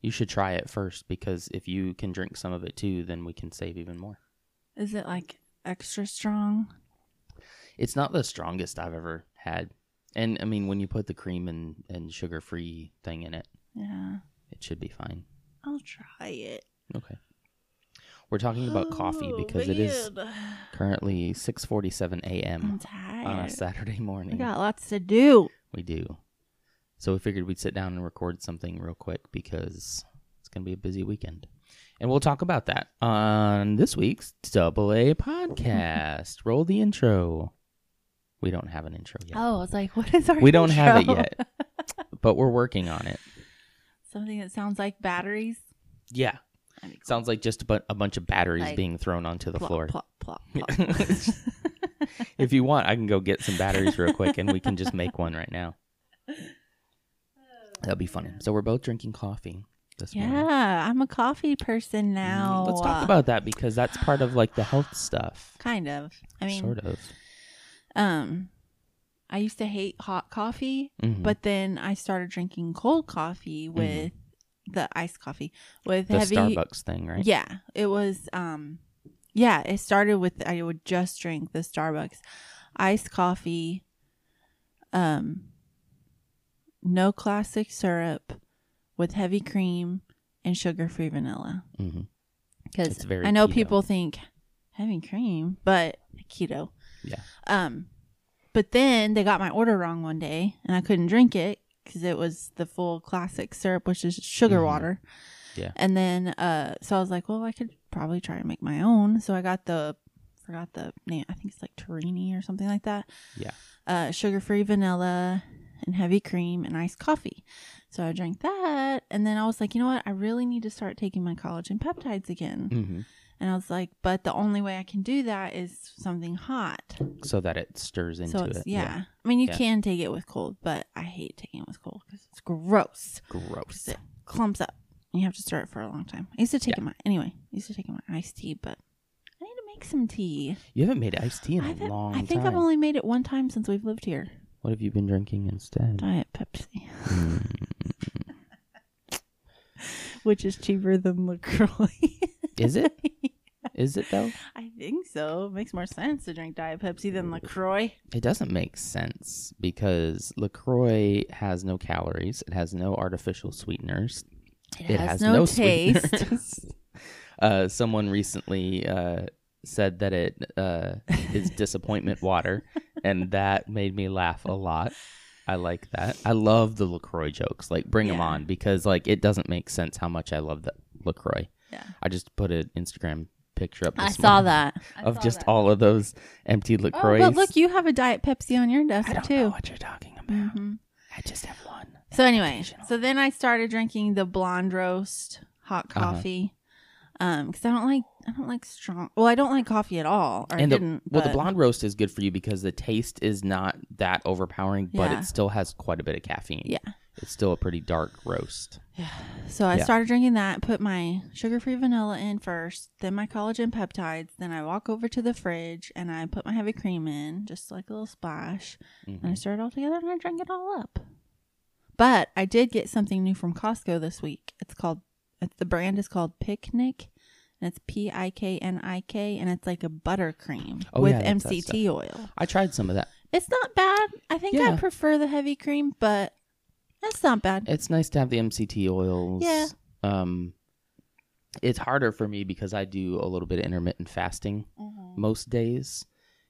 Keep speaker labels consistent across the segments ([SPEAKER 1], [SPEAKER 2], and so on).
[SPEAKER 1] You should try it first because if you can drink some of it too, then we can save even more.
[SPEAKER 2] Is it like extra strong?
[SPEAKER 1] It's not the strongest I've ever had. And I mean, when you put the cream and, and sugar free thing in it,
[SPEAKER 2] Yeah.
[SPEAKER 1] it should be fine.
[SPEAKER 2] I'll try it.
[SPEAKER 1] Okay. We're talking about coffee
[SPEAKER 2] Oh,
[SPEAKER 1] because it is currently 6:47
[SPEAKER 2] I'm
[SPEAKER 1] a.m. on a
[SPEAKER 2] tired.
[SPEAKER 1] Saturday
[SPEAKER 2] We
[SPEAKER 1] morning.
[SPEAKER 2] got lots to do.
[SPEAKER 1] We do. So we figured we'd sit down and record something real quick because it's going to be a busy weekend. And we'll talk about that on this week's Double A podcast. Roll the intro. We don't have an intro yet,
[SPEAKER 2] Oh, I was like, what is our
[SPEAKER 1] We don't have it
[SPEAKER 2] intro?
[SPEAKER 1] yet. but we're working on it.
[SPEAKER 2] Something that sounds like batteries.
[SPEAKER 1] Yeah.
[SPEAKER 2] That'd be cool.
[SPEAKER 1] Sounds like just a, bu- a bunch of batteries
[SPEAKER 2] Like,
[SPEAKER 1] being thrown onto the
[SPEAKER 2] plop,
[SPEAKER 1] floor.
[SPEAKER 2] Plop, plop,
[SPEAKER 1] Yeah.
[SPEAKER 2] plop.
[SPEAKER 1] If you want, I can go get some batteries real quick and we can just make one right now. That'll be funny. So we're both drinking coffee this morning.
[SPEAKER 2] yeah, I'm a coffee person now.
[SPEAKER 1] Mm, Let's talk
[SPEAKER 2] Uh,
[SPEAKER 1] about that because that's part of like the health stuff.
[SPEAKER 2] kind of. I mean,
[SPEAKER 1] sort of.
[SPEAKER 2] um, I used to hate hot coffee,
[SPEAKER 1] Mhm.
[SPEAKER 2] but then I started drinking cold coffee with the iced coffee with
[SPEAKER 1] Mm-hmm. the
[SPEAKER 2] heavy.
[SPEAKER 1] Starbucks thing, right?
[SPEAKER 2] Yeah, it was. Um, yeah, it started with I would just drink the Starbucks iced coffee, um, no classic syrup, with heavy cream and sugar-free vanilla.
[SPEAKER 1] hmm
[SPEAKER 2] Because
[SPEAKER 1] It's very
[SPEAKER 2] I know
[SPEAKER 1] keto.
[SPEAKER 2] people think heavy cream, but keto.
[SPEAKER 1] Yeah.
[SPEAKER 2] Um, but then they got my order wrong one day, and I couldn't drink it because it was the full classic syrup, which is sugar
[SPEAKER 1] Mhm.
[SPEAKER 2] water.
[SPEAKER 1] Yeah.
[SPEAKER 2] And then, uh, so I was like, well, I could probably try and make my own. So I got the, forgot the name. I think it's like Torini or something like that.
[SPEAKER 1] Yeah.
[SPEAKER 2] Uh, sugar free vanilla and heavy cream and iced coffee. So I drank that, and then I was like, you know what? I really need to start taking my collagen peptides again.
[SPEAKER 1] hmm
[SPEAKER 2] And I was like, but the only way I can do that is something hot.
[SPEAKER 1] So that it stirs into
[SPEAKER 2] so it's,
[SPEAKER 1] it.
[SPEAKER 2] yeah. I mean, you
[SPEAKER 1] Yeah.
[SPEAKER 2] can take it with cold, but I hate taking it with cold because it's gross.
[SPEAKER 1] Gross.
[SPEAKER 2] Because it clumps up. And you have to stir it for a long time. I used to take
[SPEAKER 1] Yeah.
[SPEAKER 2] it my anyway. I used to take it my iced tea, but I need to make some tea.
[SPEAKER 1] You haven't made iced tea in
[SPEAKER 2] I,
[SPEAKER 1] a
[SPEAKER 2] haven't-
[SPEAKER 1] long
[SPEAKER 2] I think
[SPEAKER 1] time.
[SPEAKER 2] I've only made it one time since we've lived here.
[SPEAKER 1] What have you been drinking instead?
[SPEAKER 2] Diet Pepsi,
[SPEAKER 1] Mm.
[SPEAKER 2] which is cheaper than Lacroix.
[SPEAKER 1] Is it? Is it though?
[SPEAKER 2] I think so. Makes more sense to drink Diet Pepsi than Lacroix.
[SPEAKER 1] It doesn't make sense because LaCroix has no calories, it has no artificial sweeteners,
[SPEAKER 2] It, has, no, taste.
[SPEAKER 1] sweeteners. uh, someone recently uh, said that it uh, is disappointment water, and that made me laugh a lot. I like that. I love the Lacroix jokes. Like, bring them
[SPEAKER 2] Yeah.
[SPEAKER 1] on because like it doesn't make sense how much I love that Lacroix.
[SPEAKER 2] Yeah.
[SPEAKER 1] I just put an Instagram picture up.
[SPEAKER 2] I
[SPEAKER 1] this
[SPEAKER 2] saw
[SPEAKER 1] morning
[SPEAKER 2] that.
[SPEAKER 1] of just all of those empty Lacroix.
[SPEAKER 2] Oh, but look, you have a Diet Pepsi on your desk
[SPEAKER 1] I don't
[SPEAKER 2] too.
[SPEAKER 1] know what you're talking about.
[SPEAKER 2] Mhm.
[SPEAKER 1] I just have one.
[SPEAKER 2] So anyway,
[SPEAKER 1] Occasional.
[SPEAKER 2] so then I started drinking the blonde roast hot
[SPEAKER 1] Uh-huh.
[SPEAKER 2] coffee, Um, 'cause because I don't like I don't like strong. Well, I don't like coffee at all, or I
[SPEAKER 1] And the-
[SPEAKER 2] didn't.
[SPEAKER 1] Well, the
[SPEAKER 2] but-
[SPEAKER 1] blonde roast is good for you because the taste is not that overpowering, but
[SPEAKER 2] Yeah.
[SPEAKER 1] it still has quite a bit of caffeine.
[SPEAKER 2] Yeah.
[SPEAKER 1] It's still a pretty dark roast.
[SPEAKER 2] So I
[SPEAKER 1] Yeah.
[SPEAKER 2] started drinking that, put my sugar free vanilla in first, then my collagen peptides. Then I walk over to the fridge and I put my heavy cream in, just like a little splash. And I
[SPEAKER 1] Mhm.
[SPEAKER 2] stir it all together and I drank it all up. But I did get something new from Costco this week. It's called, it's, the brand is called Picnic. And it's P I K N I K. And it's like a buttercream
[SPEAKER 1] Oh,
[SPEAKER 2] with
[SPEAKER 1] yeah, that's that
[SPEAKER 2] MCT oil.
[SPEAKER 1] I tried some of that.
[SPEAKER 2] It's not bad. I think I
[SPEAKER 1] Yeah.
[SPEAKER 2] prefer the heavy cream, but that's not bad.
[SPEAKER 1] It's nice to have the MCT oils.
[SPEAKER 2] Yeah.
[SPEAKER 1] Um, it's harder for me because I do a little bit of intermittent fasting
[SPEAKER 2] Mhm.
[SPEAKER 1] most days.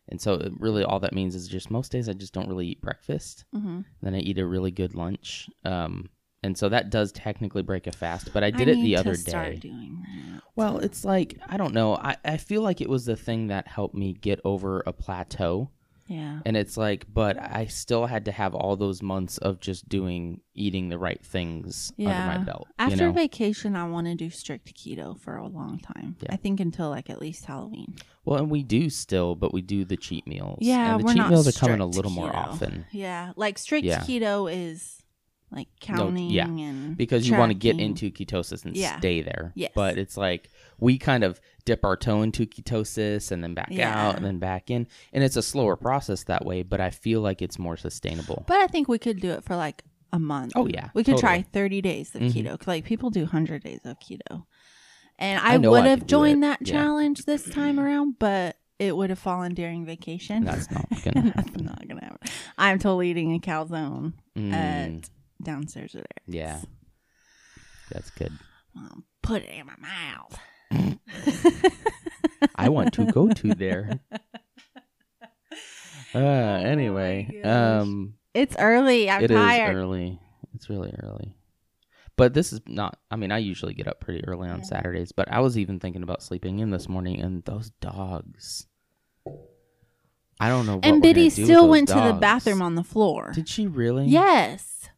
[SPEAKER 1] And so, it really, all that means is just most days I just don't really eat breakfast.
[SPEAKER 2] Mhm.
[SPEAKER 1] Then I eat a really good lunch. Um, and so that does technically break a fast, but I did it
[SPEAKER 2] need
[SPEAKER 1] the
[SPEAKER 2] to
[SPEAKER 1] other
[SPEAKER 2] start
[SPEAKER 1] day.
[SPEAKER 2] doing that.
[SPEAKER 1] Well, it's like I don't know. I, I feel like it was the thing that helped me get over a plateau.
[SPEAKER 2] Yeah.
[SPEAKER 1] And it's like, but I still had to have all those months of just doing eating the right things under
[SPEAKER 2] Yeah.
[SPEAKER 1] my belt.
[SPEAKER 2] After
[SPEAKER 1] you know?
[SPEAKER 2] vacation, I want to do strict keto for a long time.
[SPEAKER 1] Yeah.
[SPEAKER 2] I think until like at least Halloween.
[SPEAKER 1] well, and we do still, but we do the cheat meals.
[SPEAKER 2] Yeah,
[SPEAKER 1] and the
[SPEAKER 2] we're
[SPEAKER 1] cheat
[SPEAKER 2] not
[SPEAKER 1] meals are coming a
[SPEAKER 2] strict
[SPEAKER 1] little more
[SPEAKER 2] keto.
[SPEAKER 1] often
[SPEAKER 2] Yeah, like strict
[SPEAKER 1] Yeah.
[SPEAKER 2] keto is like counting
[SPEAKER 1] yeah,
[SPEAKER 2] and
[SPEAKER 1] because you want to get
[SPEAKER 2] tracking.
[SPEAKER 1] into ketosis and
[SPEAKER 2] Yeah.
[SPEAKER 1] stay there.
[SPEAKER 2] Yes.
[SPEAKER 1] But it's like we kind of dip our toe into ketosis and then back
[SPEAKER 2] Yeah.
[SPEAKER 1] out and then back in, and it's a slower process that way. But I feel like it's more sustainable.
[SPEAKER 2] But I think we could do it for like a month.
[SPEAKER 1] Oh yeah,
[SPEAKER 2] We could
[SPEAKER 1] totally.
[SPEAKER 2] try 30 days of
[SPEAKER 1] Mhm.
[SPEAKER 2] keto. 'cause, Like people do 100 days of keto. And
[SPEAKER 1] I
[SPEAKER 2] I,
[SPEAKER 1] know
[SPEAKER 2] would
[SPEAKER 1] I
[SPEAKER 2] have
[SPEAKER 1] could do
[SPEAKER 2] joined
[SPEAKER 1] it.
[SPEAKER 2] that
[SPEAKER 1] Yeah.
[SPEAKER 2] challenge this time around, but it would have fallen during vacation.
[SPEAKER 1] That's not
[SPEAKER 2] And
[SPEAKER 1] gonna
[SPEAKER 2] That's
[SPEAKER 1] happen.
[SPEAKER 2] not going to happen. I'm totally eating a calzone
[SPEAKER 1] Mm,
[SPEAKER 2] at downstairs at Eric's.
[SPEAKER 1] yeah, that's good.
[SPEAKER 2] Mom, put it in my mouth.
[SPEAKER 1] I want to go to there. Uh, anyway,
[SPEAKER 2] Oh gosh.
[SPEAKER 1] um,
[SPEAKER 2] It's early. I'm
[SPEAKER 1] it is
[SPEAKER 2] tired.
[SPEAKER 1] early. It's really early. But this is not. I mean, I usually get up pretty early on
[SPEAKER 2] Yeah.
[SPEAKER 1] Saturdays, but I was even thinking about sleeping in this morning, and those dogs. I don't know. What
[SPEAKER 2] And
[SPEAKER 1] we're gonna
[SPEAKER 2] Biddy
[SPEAKER 1] do with
[SPEAKER 2] still
[SPEAKER 1] those
[SPEAKER 2] went to the
[SPEAKER 1] dogs.
[SPEAKER 2] bathroom on the floor.
[SPEAKER 1] Did she really?
[SPEAKER 2] Yes.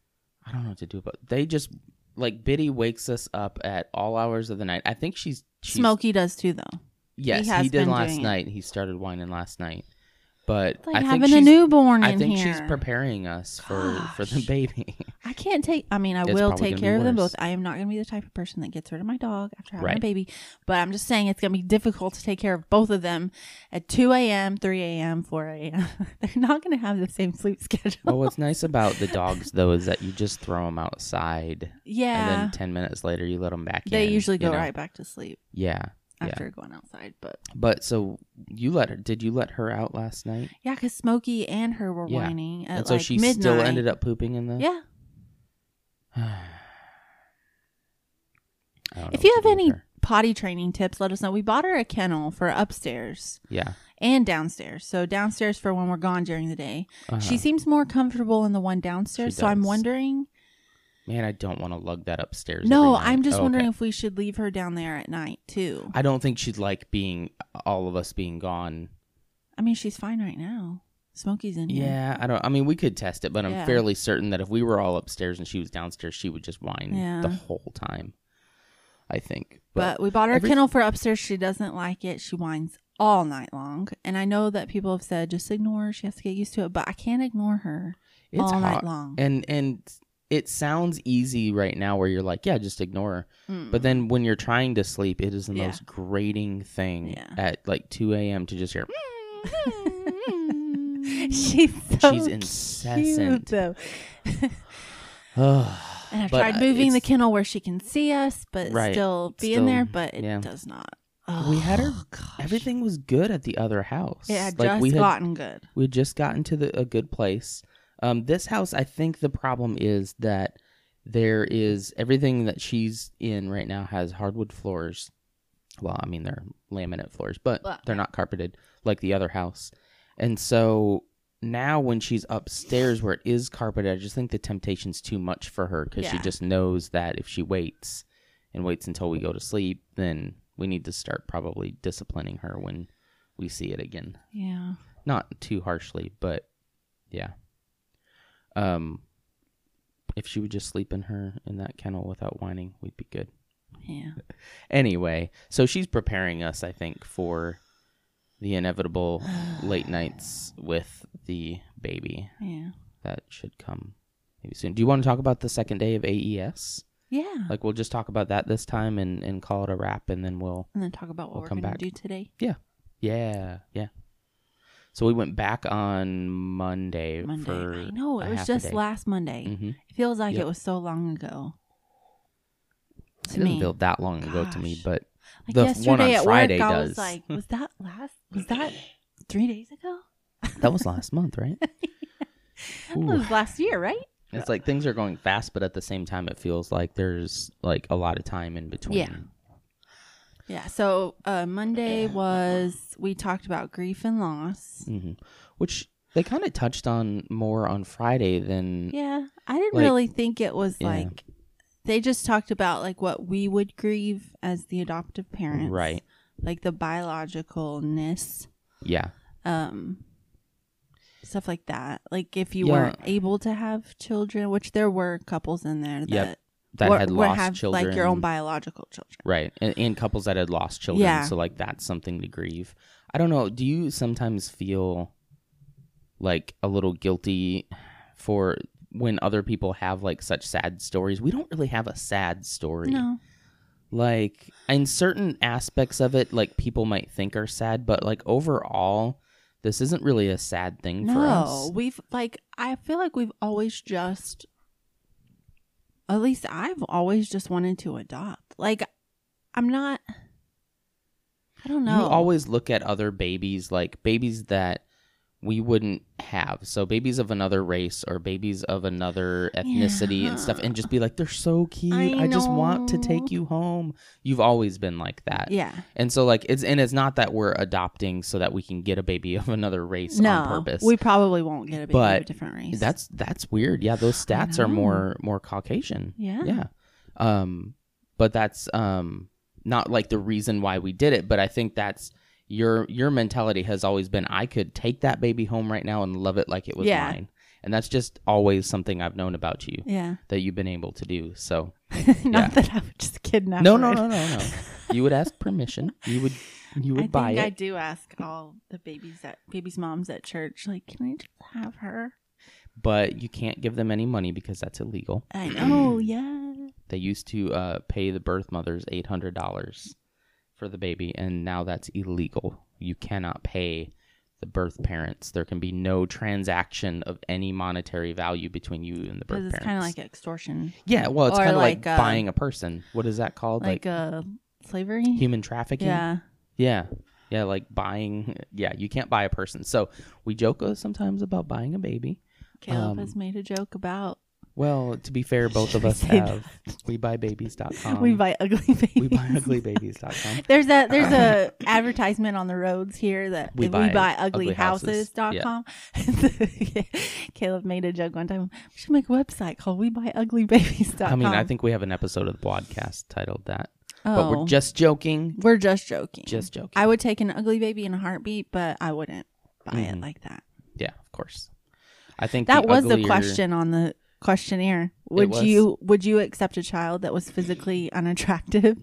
[SPEAKER 1] I don't know what to do about. They just like Biddy wakes us up at all hours of the night. I think she's, she's
[SPEAKER 2] Smokey does too, though.
[SPEAKER 1] Yes, he,
[SPEAKER 2] has
[SPEAKER 1] did
[SPEAKER 2] been
[SPEAKER 1] last
[SPEAKER 2] doing it.
[SPEAKER 1] night. He started whining last night, but
[SPEAKER 2] Like
[SPEAKER 1] I think
[SPEAKER 2] having a
[SPEAKER 1] she's,
[SPEAKER 2] newborn
[SPEAKER 1] I
[SPEAKER 2] in
[SPEAKER 1] think
[SPEAKER 2] here.
[SPEAKER 1] she's preparing us for for the
[SPEAKER 2] Gosh.
[SPEAKER 1] baby.
[SPEAKER 2] I can't take. I mean, I
[SPEAKER 1] It's
[SPEAKER 2] will
[SPEAKER 1] probably gonna
[SPEAKER 2] take
[SPEAKER 1] be
[SPEAKER 2] care of them
[SPEAKER 1] worse.
[SPEAKER 2] both. I am not going to be the type of person that gets rid of my dog after having
[SPEAKER 1] Right.
[SPEAKER 2] a baby. But I'm just saying it's going to be difficult to take care of both of them at 2 a.m., 3 a.m., 4 a.m. They're not going to have the same sleep schedule.
[SPEAKER 1] well, what's nice about the dogs though is that you just throw them outside, and
[SPEAKER 2] yeah,
[SPEAKER 1] then ten minutes later you let them back in.
[SPEAKER 2] they usually
[SPEAKER 1] you
[SPEAKER 2] go
[SPEAKER 1] know?
[SPEAKER 2] right back to sleep
[SPEAKER 1] Yeah, Yeah.
[SPEAKER 2] after going outside. But
[SPEAKER 1] but so you let her? Did you let her out last night?
[SPEAKER 2] yeah, because Smokey and her were
[SPEAKER 1] Yeah.
[SPEAKER 2] whining at
[SPEAKER 1] and so
[SPEAKER 2] like
[SPEAKER 1] she
[SPEAKER 2] midnight.
[SPEAKER 1] still ended up pooping in the.
[SPEAKER 2] Yeah,
[SPEAKER 1] I don't know
[SPEAKER 2] if
[SPEAKER 1] what
[SPEAKER 2] you
[SPEAKER 1] to
[SPEAKER 2] have
[SPEAKER 1] do with
[SPEAKER 2] any
[SPEAKER 1] her.
[SPEAKER 2] potty training tips, let us know. We bought her a kennel for upstairs
[SPEAKER 1] yeah,
[SPEAKER 2] and downstairs. So downstairs for when we're gone during the day.
[SPEAKER 1] uh
[SPEAKER 2] She seems more comfortable in the one downstairs,
[SPEAKER 1] She
[SPEAKER 2] so I'm
[SPEAKER 1] does.
[SPEAKER 2] wondering.
[SPEAKER 1] man, I don't want to lug that upstairs.
[SPEAKER 2] No,
[SPEAKER 1] every night.
[SPEAKER 2] I'm just
[SPEAKER 1] Oh, okay.
[SPEAKER 2] wondering if we should leave her down there at night too.
[SPEAKER 1] I don't think she'd like being all of us being gone.
[SPEAKER 2] I mean, she's fine right now. Smokey's in here.
[SPEAKER 1] Yeah, I don't. I mean, we could test it, but I'm
[SPEAKER 2] Mm-hmm. Yeah.
[SPEAKER 1] fairly certain that if we were all upstairs and she was downstairs, she would just whine the
[SPEAKER 2] Yeah.
[SPEAKER 1] whole time. I think,
[SPEAKER 2] But, we bought her
[SPEAKER 1] every-
[SPEAKER 2] a kennel for upstairs. She doesn't like it. She whines all night long. And I know that people have said just ignore her. She has to get used to it. But I can't ignore her
[SPEAKER 1] it's
[SPEAKER 2] all night
[SPEAKER 1] hard.
[SPEAKER 2] long.
[SPEAKER 1] And and it sounds easy right now, where you're like, yeah, just ignore her.
[SPEAKER 2] Mm.
[SPEAKER 1] But then when you're trying to sleep, it is the
[SPEAKER 2] Yeah.
[SPEAKER 1] most grating thing
[SPEAKER 2] Yeah.
[SPEAKER 1] at like 2 a.m. to just hear.
[SPEAKER 2] Hmm. she's so
[SPEAKER 1] She's
[SPEAKER 2] cute,
[SPEAKER 1] incessant.
[SPEAKER 2] though. And I've
[SPEAKER 1] But, uh,
[SPEAKER 2] tried moving the
[SPEAKER 1] it's-
[SPEAKER 2] kennel where she can see us, but
[SPEAKER 1] Right.
[SPEAKER 2] still be
[SPEAKER 1] Still,
[SPEAKER 2] in there, but it
[SPEAKER 1] yeah.
[SPEAKER 2] does not. Oh,
[SPEAKER 1] We had her-
[SPEAKER 2] gosh.
[SPEAKER 1] Everything was good at the other house.
[SPEAKER 2] It had
[SPEAKER 1] Like,
[SPEAKER 2] just
[SPEAKER 1] we had
[SPEAKER 2] gotten good.
[SPEAKER 1] We had just gotten to the, a good place. Um, this house, I think the problem is that there is everything that she's in right now has hardwood floors. Well, I mean they're laminate floors, but
[SPEAKER 2] But-
[SPEAKER 1] they're not carpeted like the other house. And so now when she's upstairs where it is carpeted, I just think the temptation's too much for her because she
[SPEAKER 2] Yeah.
[SPEAKER 1] just knows that if she waits and waits until we go to sleep, then we need to start probably disciplining her when we see it again
[SPEAKER 2] Yeah.
[SPEAKER 1] not too harshly, but yeah. Um, if she would just sleep in her in that kennel without whining, we'd be good.
[SPEAKER 2] Yeah.
[SPEAKER 1] Anyway, so she's preparing us, I think, for the inevitable late nights with the baby
[SPEAKER 2] Yeah.
[SPEAKER 1] that should come maybe soon. Do you want to talk about the second day of AES?
[SPEAKER 2] Yeah.
[SPEAKER 1] Like, we'll just talk about that this time and and call it a wrap, and then we'll
[SPEAKER 2] and then talk about what
[SPEAKER 1] we'll
[SPEAKER 2] we are
[SPEAKER 1] come
[SPEAKER 2] going
[SPEAKER 1] back.
[SPEAKER 2] to do today.
[SPEAKER 1] yeah yeah. So we went back on Monday.
[SPEAKER 2] Monday.
[SPEAKER 1] For
[SPEAKER 2] I know.
[SPEAKER 1] a
[SPEAKER 2] It was
[SPEAKER 1] half a
[SPEAKER 2] just
[SPEAKER 1] day.
[SPEAKER 2] last Monday.
[SPEAKER 1] Mm-hmm.
[SPEAKER 2] It feels like
[SPEAKER 1] Yep.
[SPEAKER 2] it was so long ago.
[SPEAKER 1] It
[SPEAKER 2] To
[SPEAKER 1] doesn't
[SPEAKER 2] me.
[SPEAKER 1] feel that long ago to me,
[SPEAKER 2] Gosh.
[SPEAKER 1] but
[SPEAKER 2] like
[SPEAKER 1] the f-
[SPEAKER 2] yesterday
[SPEAKER 1] one on
[SPEAKER 2] at
[SPEAKER 1] Friday
[SPEAKER 2] work, I
[SPEAKER 1] does.
[SPEAKER 2] was like, was that last? Was that three days ago?
[SPEAKER 1] that was last month, right?
[SPEAKER 2] That
[SPEAKER 1] Ooh.
[SPEAKER 2] was last year, right?
[SPEAKER 1] It's like things are going fast, but at the same time, it feels like there's like a lot of time in between.
[SPEAKER 2] Yeah. Yeah. So uh, Monday was we talked about grief and loss.
[SPEAKER 1] hmm Which they kind of touched on more on Friday than
[SPEAKER 2] Yeah, I didn't
[SPEAKER 1] Like-
[SPEAKER 2] really think it was
[SPEAKER 1] Yeah.
[SPEAKER 2] like they just talked about like what we would grieve as the adoptive parents,
[SPEAKER 1] right.
[SPEAKER 2] Like the biologicalness,
[SPEAKER 1] Yeah.
[SPEAKER 2] um, stuff like that. Like if you
[SPEAKER 1] Yeah.
[SPEAKER 2] weren't able to have children, which there were couples in there that
[SPEAKER 1] Yep, That
[SPEAKER 2] were-
[SPEAKER 1] had
[SPEAKER 2] were
[SPEAKER 1] lost
[SPEAKER 2] have,
[SPEAKER 1] children,
[SPEAKER 2] like your own biological children.
[SPEAKER 1] right? And, and couples that had lost children,
[SPEAKER 2] Yeah.
[SPEAKER 1] so like that's something to grieve. I don't know. Do you sometimes feel like a little guilty for when other people have like such sad stories? We don't really have a sad story.
[SPEAKER 2] No,
[SPEAKER 1] like in certain aspects of it like people might think are sad but like overall this isn't really a sad thing for
[SPEAKER 2] no,
[SPEAKER 1] us
[SPEAKER 2] we've like I feel like we've always just at least I've always just wanted to adopt. Like, I'm not. I don't know.
[SPEAKER 1] You always look at other babies like babies that we wouldn't have. So babies of another race or babies of another ethnicity and stuff and just be like, they're so cute. I,
[SPEAKER 2] I
[SPEAKER 1] just want to
[SPEAKER 2] know.
[SPEAKER 1] take you home. You've always been like that.
[SPEAKER 2] yeah.
[SPEAKER 1] And so like it's and it's not that we're adopting so that we can get a baby of another race
[SPEAKER 2] No,
[SPEAKER 1] on purpose.
[SPEAKER 2] we probably won't get a baby
[SPEAKER 1] But
[SPEAKER 2] of a different race.
[SPEAKER 1] that's that's weird. Yeah, those
[SPEAKER 2] I
[SPEAKER 1] stats are
[SPEAKER 2] know.
[SPEAKER 1] more more Caucasian.
[SPEAKER 2] yeah.
[SPEAKER 1] Yeah. Um but that's um not like the reason why we did it, but I think that's your your mentality has always been I could take that baby home right now and love it like it was
[SPEAKER 2] Yeah.
[SPEAKER 1] mine. And that's just always something I've known about you
[SPEAKER 2] Yeah.
[SPEAKER 1] that you've been able to do. So
[SPEAKER 2] Not
[SPEAKER 1] Yeah.
[SPEAKER 2] that I would just kidnap.
[SPEAKER 1] No,
[SPEAKER 2] her.
[SPEAKER 1] no, no, no, no. You would ask permission. You would you
[SPEAKER 2] I
[SPEAKER 1] would
[SPEAKER 2] think
[SPEAKER 1] buy it.
[SPEAKER 2] I do ask all the babies at babies moms at church, like, can I just have her?
[SPEAKER 1] But you can't give them any money because that's illegal.
[SPEAKER 2] I know, yeah.
[SPEAKER 1] They used to uh, pay the birth mothers eight hundred dollars for the baby, and now that's illegal. You cannot pay the birth parents. There can be no transaction of any monetary value between you and the birth
[SPEAKER 2] Because
[SPEAKER 1] parents.
[SPEAKER 2] it's kind of like extortion,
[SPEAKER 1] yeah, well, it's
[SPEAKER 2] or
[SPEAKER 1] kind of like,
[SPEAKER 2] like, uh,
[SPEAKER 1] buying a person. What is that called?
[SPEAKER 2] like,
[SPEAKER 1] Like,
[SPEAKER 2] uh, slavery.
[SPEAKER 1] human trafficking.
[SPEAKER 2] yeah,
[SPEAKER 1] yeah, yeah, like buying. Yeah, you can't buy a person. So we joke uh, sometimes about buying a baby.
[SPEAKER 2] Caleb
[SPEAKER 1] um,
[SPEAKER 2] has made a joke about
[SPEAKER 1] Well, to be fair, both of us
[SPEAKER 2] Should we say
[SPEAKER 1] have. We buy babies.com.
[SPEAKER 2] we buy ugly babies.
[SPEAKER 1] um, we buy uglybabies.com.
[SPEAKER 2] There's a there's a advertisement on the roads here that
[SPEAKER 1] We
[SPEAKER 2] we,
[SPEAKER 1] buy
[SPEAKER 2] buy,
[SPEAKER 1] ugly
[SPEAKER 2] ugly
[SPEAKER 1] houses.
[SPEAKER 2] houses dot com. Caleb made a joke one time. We should make a website called we buy ugly babies dot
[SPEAKER 1] I
[SPEAKER 2] com.
[SPEAKER 1] mean, I think we have an episode of the podcast titled that.
[SPEAKER 2] oh,
[SPEAKER 1] But we're just joking.
[SPEAKER 2] we're just joking.
[SPEAKER 1] Just joking.
[SPEAKER 2] I would take an ugly baby in a heartbeat, but I wouldn't buy
[SPEAKER 1] Mhm.
[SPEAKER 2] it like that.
[SPEAKER 1] yeah, of course. I think
[SPEAKER 2] That
[SPEAKER 1] the
[SPEAKER 2] was the
[SPEAKER 1] uglier-
[SPEAKER 2] question on the questionnaire. Would
[SPEAKER 1] was.
[SPEAKER 2] you would you accept a child that was physically unattractive?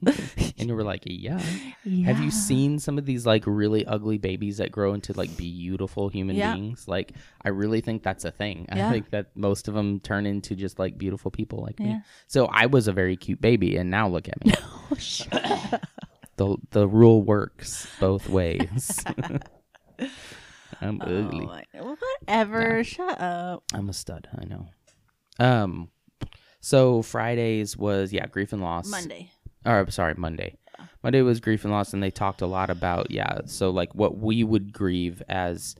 [SPEAKER 1] And you were like, yeah.
[SPEAKER 2] yeah.
[SPEAKER 1] Have you seen some of these like really ugly babies that grow into like beautiful human
[SPEAKER 2] Yeah.
[SPEAKER 1] beings? Like, I really think that's a thing. I
[SPEAKER 2] Yeah.
[SPEAKER 1] think that most of them turn into just like beautiful people like me.
[SPEAKER 2] Yeah.
[SPEAKER 1] So I was a very cute baby, and now look at me.
[SPEAKER 2] Oh, shut up.
[SPEAKER 1] the The rule works both ways. I'm ugly.
[SPEAKER 2] Oh, well, whatever. Shut up.
[SPEAKER 1] I'm a stud. I know. Um, so Fridays was yeah grief and loss.
[SPEAKER 2] Monday.
[SPEAKER 1] Or I'm sorry, Monday. Monday was grief and loss, and they talked a lot about yeah. So like what we would grieve as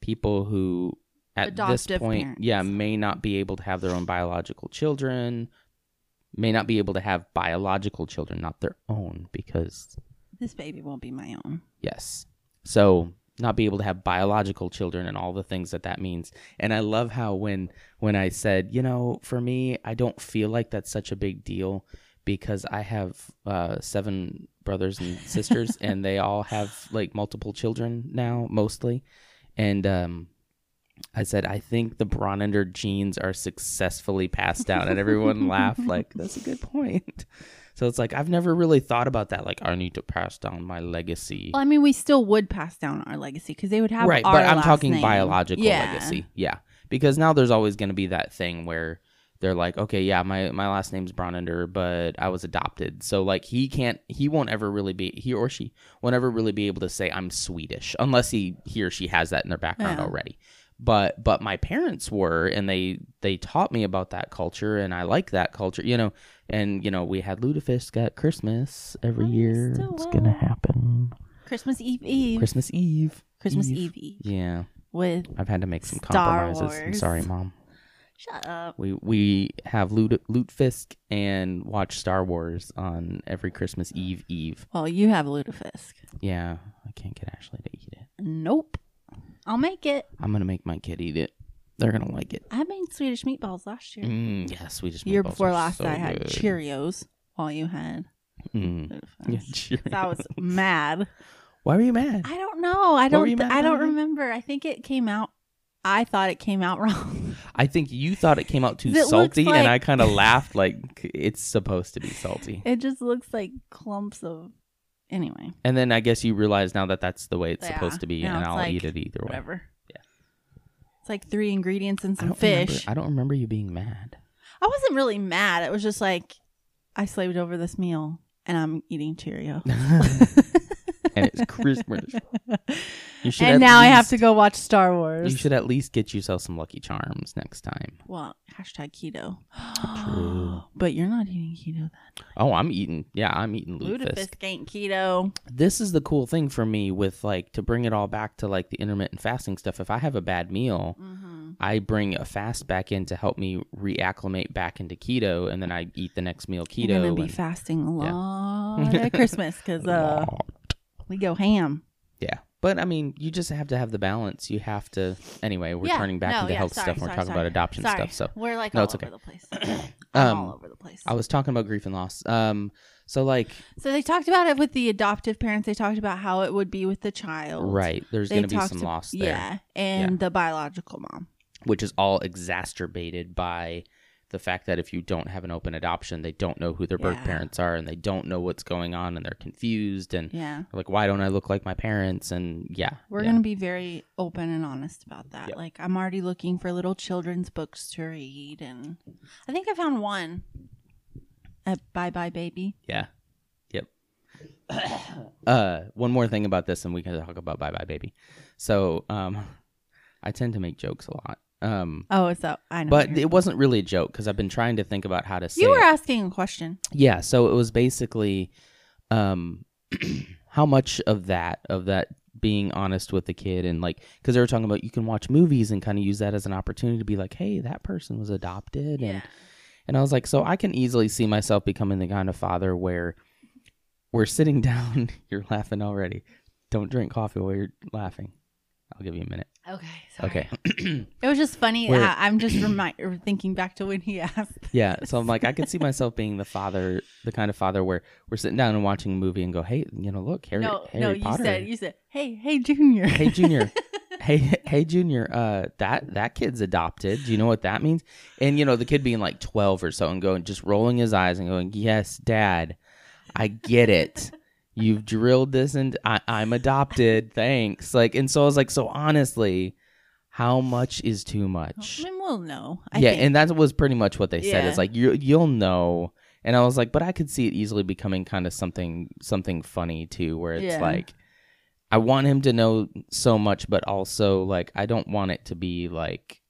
[SPEAKER 1] people who at this
[SPEAKER 2] Adoptive
[SPEAKER 1] point
[SPEAKER 2] parents.
[SPEAKER 1] yeah may not be able to have their own biological children, may not be able to have biological children, not their own because
[SPEAKER 2] This baby won't be my own.
[SPEAKER 1] Yes. So not be able to have biological children and all the things that that means. And I love how when when I said, you know, for me, I don't feel like that's such a big deal because I have uh, seven brothers and sisters, and they all have like multiple children now, mostly. And um, I said, I think the Bronender genes are successfully passed down, and everyone laughed like, "That's a good point." So it's like I've never really thought about that. Like I need to pass down my legacy.
[SPEAKER 2] Well, I mean, we still would pass down our legacy because they would have
[SPEAKER 1] right
[SPEAKER 2] our
[SPEAKER 1] but i'm
[SPEAKER 2] last
[SPEAKER 1] talking
[SPEAKER 2] name.
[SPEAKER 1] biological
[SPEAKER 2] Yeah.
[SPEAKER 1] legacy yeah because now there's always going to be that thing where they're like okay yeah my, my last name's bronender but i was adopted so like he can't he won't ever really be he or she won't ever really be able to say i'm swedish unless he he or she has that in their background
[SPEAKER 2] Yeah.
[SPEAKER 1] already but but my parents were and they they taught me about that culture and i like that culture you know and you know we had lutefisk at christmas every
[SPEAKER 2] Oh, you
[SPEAKER 1] year
[SPEAKER 2] still
[SPEAKER 1] it's gonna
[SPEAKER 2] will.
[SPEAKER 1] happen
[SPEAKER 2] Christmas Eve Eve.
[SPEAKER 1] christmas eve
[SPEAKER 2] Christmas
[SPEAKER 1] Eve.
[SPEAKER 2] Eve Eve.
[SPEAKER 1] yeah
[SPEAKER 2] With
[SPEAKER 1] I've had to make some
[SPEAKER 2] Star
[SPEAKER 1] compromises. I'm
[SPEAKER 2] Wars.
[SPEAKER 1] sorry, mom.
[SPEAKER 2] shut up.
[SPEAKER 1] We we have Lute, Lutefisk and watch Star Wars on every Christmas Eve Eve.
[SPEAKER 2] Well, you have lutefisk.
[SPEAKER 1] Yeah, I can't get Ashley to eat it.
[SPEAKER 2] Nope. I'll make it.
[SPEAKER 1] I'm gonna make my kid eat it. They're gonna like it.
[SPEAKER 2] I made Swedish meatballs last year.
[SPEAKER 1] Mm, yeah, Swedish
[SPEAKER 2] Year
[SPEAKER 1] meatballs are
[SPEAKER 2] before last,
[SPEAKER 1] so
[SPEAKER 2] I had
[SPEAKER 1] good.
[SPEAKER 2] Cheerios. While you had,
[SPEAKER 1] Mm.
[SPEAKER 2] lutefisk.
[SPEAKER 1] Yeah, cheer.
[SPEAKER 2] So I was mad.
[SPEAKER 1] Why were you mad?
[SPEAKER 2] I don't know. I
[SPEAKER 1] were
[SPEAKER 2] don't.
[SPEAKER 1] you mad
[SPEAKER 2] I don't
[SPEAKER 1] about?
[SPEAKER 2] remember. I think it came out. I thought it came out wrong.
[SPEAKER 1] I think you thought it came out too
[SPEAKER 2] It looks
[SPEAKER 1] salty, and
[SPEAKER 2] like-
[SPEAKER 1] I kind of laughed like it's supposed to be salty.
[SPEAKER 2] It just looks like clumps of. Anyway,
[SPEAKER 1] And then I guess you realize now that that's the way it's
[SPEAKER 2] Yeah.
[SPEAKER 1] supposed to be,
[SPEAKER 2] Now
[SPEAKER 1] and
[SPEAKER 2] it's
[SPEAKER 1] I'll
[SPEAKER 2] like,
[SPEAKER 1] eat it either way.
[SPEAKER 2] whatever.
[SPEAKER 1] Yeah.
[SPEAKER 2] It's like three ingredients and
[SPEAKER 1] I
[SPEAKER 2] some
[SPEAKER 1] don't remember-
[SPEAKER 2] fish.
[SPEAKER 1] I don't remember you being mad.
[SPEAKER 2] I wasn't really mad. It was just like I slaved over this meal and I'm eating Cheerio.
[SPEAKER 1] and and it's Christmas. You should
[SPEAKER 2] and
[SPEAKER 1] at
[SPEAKER 2] now I have
[SPEAKER 1] least-
[SPEAKER 2] to go watch Star Wars.
[SPEAKER 1] You should at least get yourself some Lucky Charms next time.
[SPEAKER 2] Well, hashtag keto.
[SPEAKER 1] True.
[SPEAKER 2] But you're not eating keto then.
[SPEAKER 1] Oh, I'm eating. Yeah, I'm eating lutefisk.
[SPEAKER 2] Lutefisk ain't keto.
[SPEAKER 1] This is the cool thing for me with like to bring it all back to like the intermittent fasting stuff. If I have a bad meal,
[SPEAKER 2] Mm-hmm.
[SPEAKER 1] I bring a fast back in to help me reacclimate back into keto, and then I eat the next meal keto.
[SPEAKER 2] You're gonna be
[SPEAKER 1] and-
[SPEAKER 2] fasting a lot at Christmas because uh, we go ham.
[SPEAKER 1] yeah, but I mean, you just have to have the balance. You have to. Anyway, we're
[SPEAKER 2] Yeah,
[SPEAKER 1] turning back
[SPEAKER 2] no,
[SPEAKER 1] into
[SPEAKER 2] yeah,
[SPEAKER 1] health
[SPEAKER 2] sorry,
[SPEAKER 1] stuff. and we're
[SPEAKER 2] sorry,
[SPEAKER 1] talking
[SPEAKER 2] sorry.
[SPEAKER 1] about adoption
[SPEAKER 2] Sorry.
[SPEAKER 1] stuff. So
[SPEAKER 2] we're like
[SPEAKER 1] No,
[SPEAKER 2] all
[SPEAKER 1] it's okay.
[SPEAKER 2] over the place. I'm
[SPEAKER 1] Um,
[SPEAKER 2] all over the place.
[SPEAKER 1] I was talking about grief and loss. Um, so like,
[SPEAKER 2] so they talked about it with the adoptive parents. They talked about how it would be with the child.
[SPEAKER 1] right, there's
[SPEAKER 2] They
[SPEAKER 1] going to be
[SPEAKER 2] talked
[SPEAKER 1] some
[SPEAKER 2] ab-
[SPEAKER 1] loss there.
[SPEAKER 2] Yeah, and the biological mom.
[SPEAKER 1] which is all exacerbated by the fact that if you don't have an open adoption, they don't know who their birth
[SPEAKER 2] Yeah.
[SPEAKER 1] parents are and they don't know what's going on and they're confused and
[SPEAKER 2] Yeah,
[SPEAKER 1] like, why don't I look like my parents? And yeah,
[SPEAKER 2] we're
[SPEAKER 1] yeah.
[SPEAKER 2] gonna be very open and honest about that.
[SPEAKER 1] Yep.
[SPEAKER 2] Like, I'm already looking for little children's books to read, and I think I found one. At Bye Bye Baby.
[SPEAKER 1] yeah, yep. uh, one more thing about this, and we can talk about Bye Bye Baby. So, um, I tend to make jokes a lot, um,
[SPEAKER 2] Oh, it's that I know.
[SPEAKER 1] but
[SPEAKER 2] you're-
[SPEAKER 1] it wasn't really a joke because I've been trying to think about how to say
[SPEAKER 2] you were
[SPEAKER 1] it.
[SPEAKER 2] asking a question.
[SPEAKER 1] Yeah, so it was basically um how much of that of that being honest with the kid and like cuz they were talking about you can watch movies and kind of use that as an opportunity to be like, "Hey, that person was adopted." And and I was like, "So I can easily see myself becoming the kind of father where we're sitting down, you're laughing already. Don't drink coffee while you're laughing." I'll give you a minute.
[SPEAKER 2] Okay.
[SPEAKER 1] Okay.
[SPEAKER 2] It was just funny.
[SPEAKER 1] Where-
[SPEAKER 2] Uh, I'm just remind, or thinking back to when he asked.
[SPEAKER 1] Yeah,
[SPEAKER 2] this.
[SPEAKER 1] so I'm like, I could see myself being the father, the kind of father where we're sitting down and watching a movie and go, "Hey, you know, look, Harry,
[SPEAKER 2] no,
[SPEAKER 1] Harry
[SPEAKER 2] no, you
[SPEAKER 1] Potter."
[SPEAKER 2] said, you said, hey, hey, Junior.
[SPEAKER 1] hey, Junior. hey, hey, Junior. Uh, that that kid's adopted. Do you know what that means? And you know, the kid being like 12 or so and going, just rolling his eyes and going, "Yes, Dad, I get it." You've drilled this, and I, I'm adopted. Thanks. Like, and so I was like, so honestly, how much is too much?
[SPEAKER 2] And we'll know. I
[SPEAKER 1] yeah,
[SPEAKER 2] think.
[SPEAKER 1] and that was pretty much what they said.
[SPEAKER 2] Yeah.
[SPEAKER 1] It's like you you'll know. And I was like, but I could see it easily becoming kind of something something funny too, where it's
[SPEAKER 2] Yeah.
[SPEAKER 1] like I want him to know so much, but also like I don't want it to be like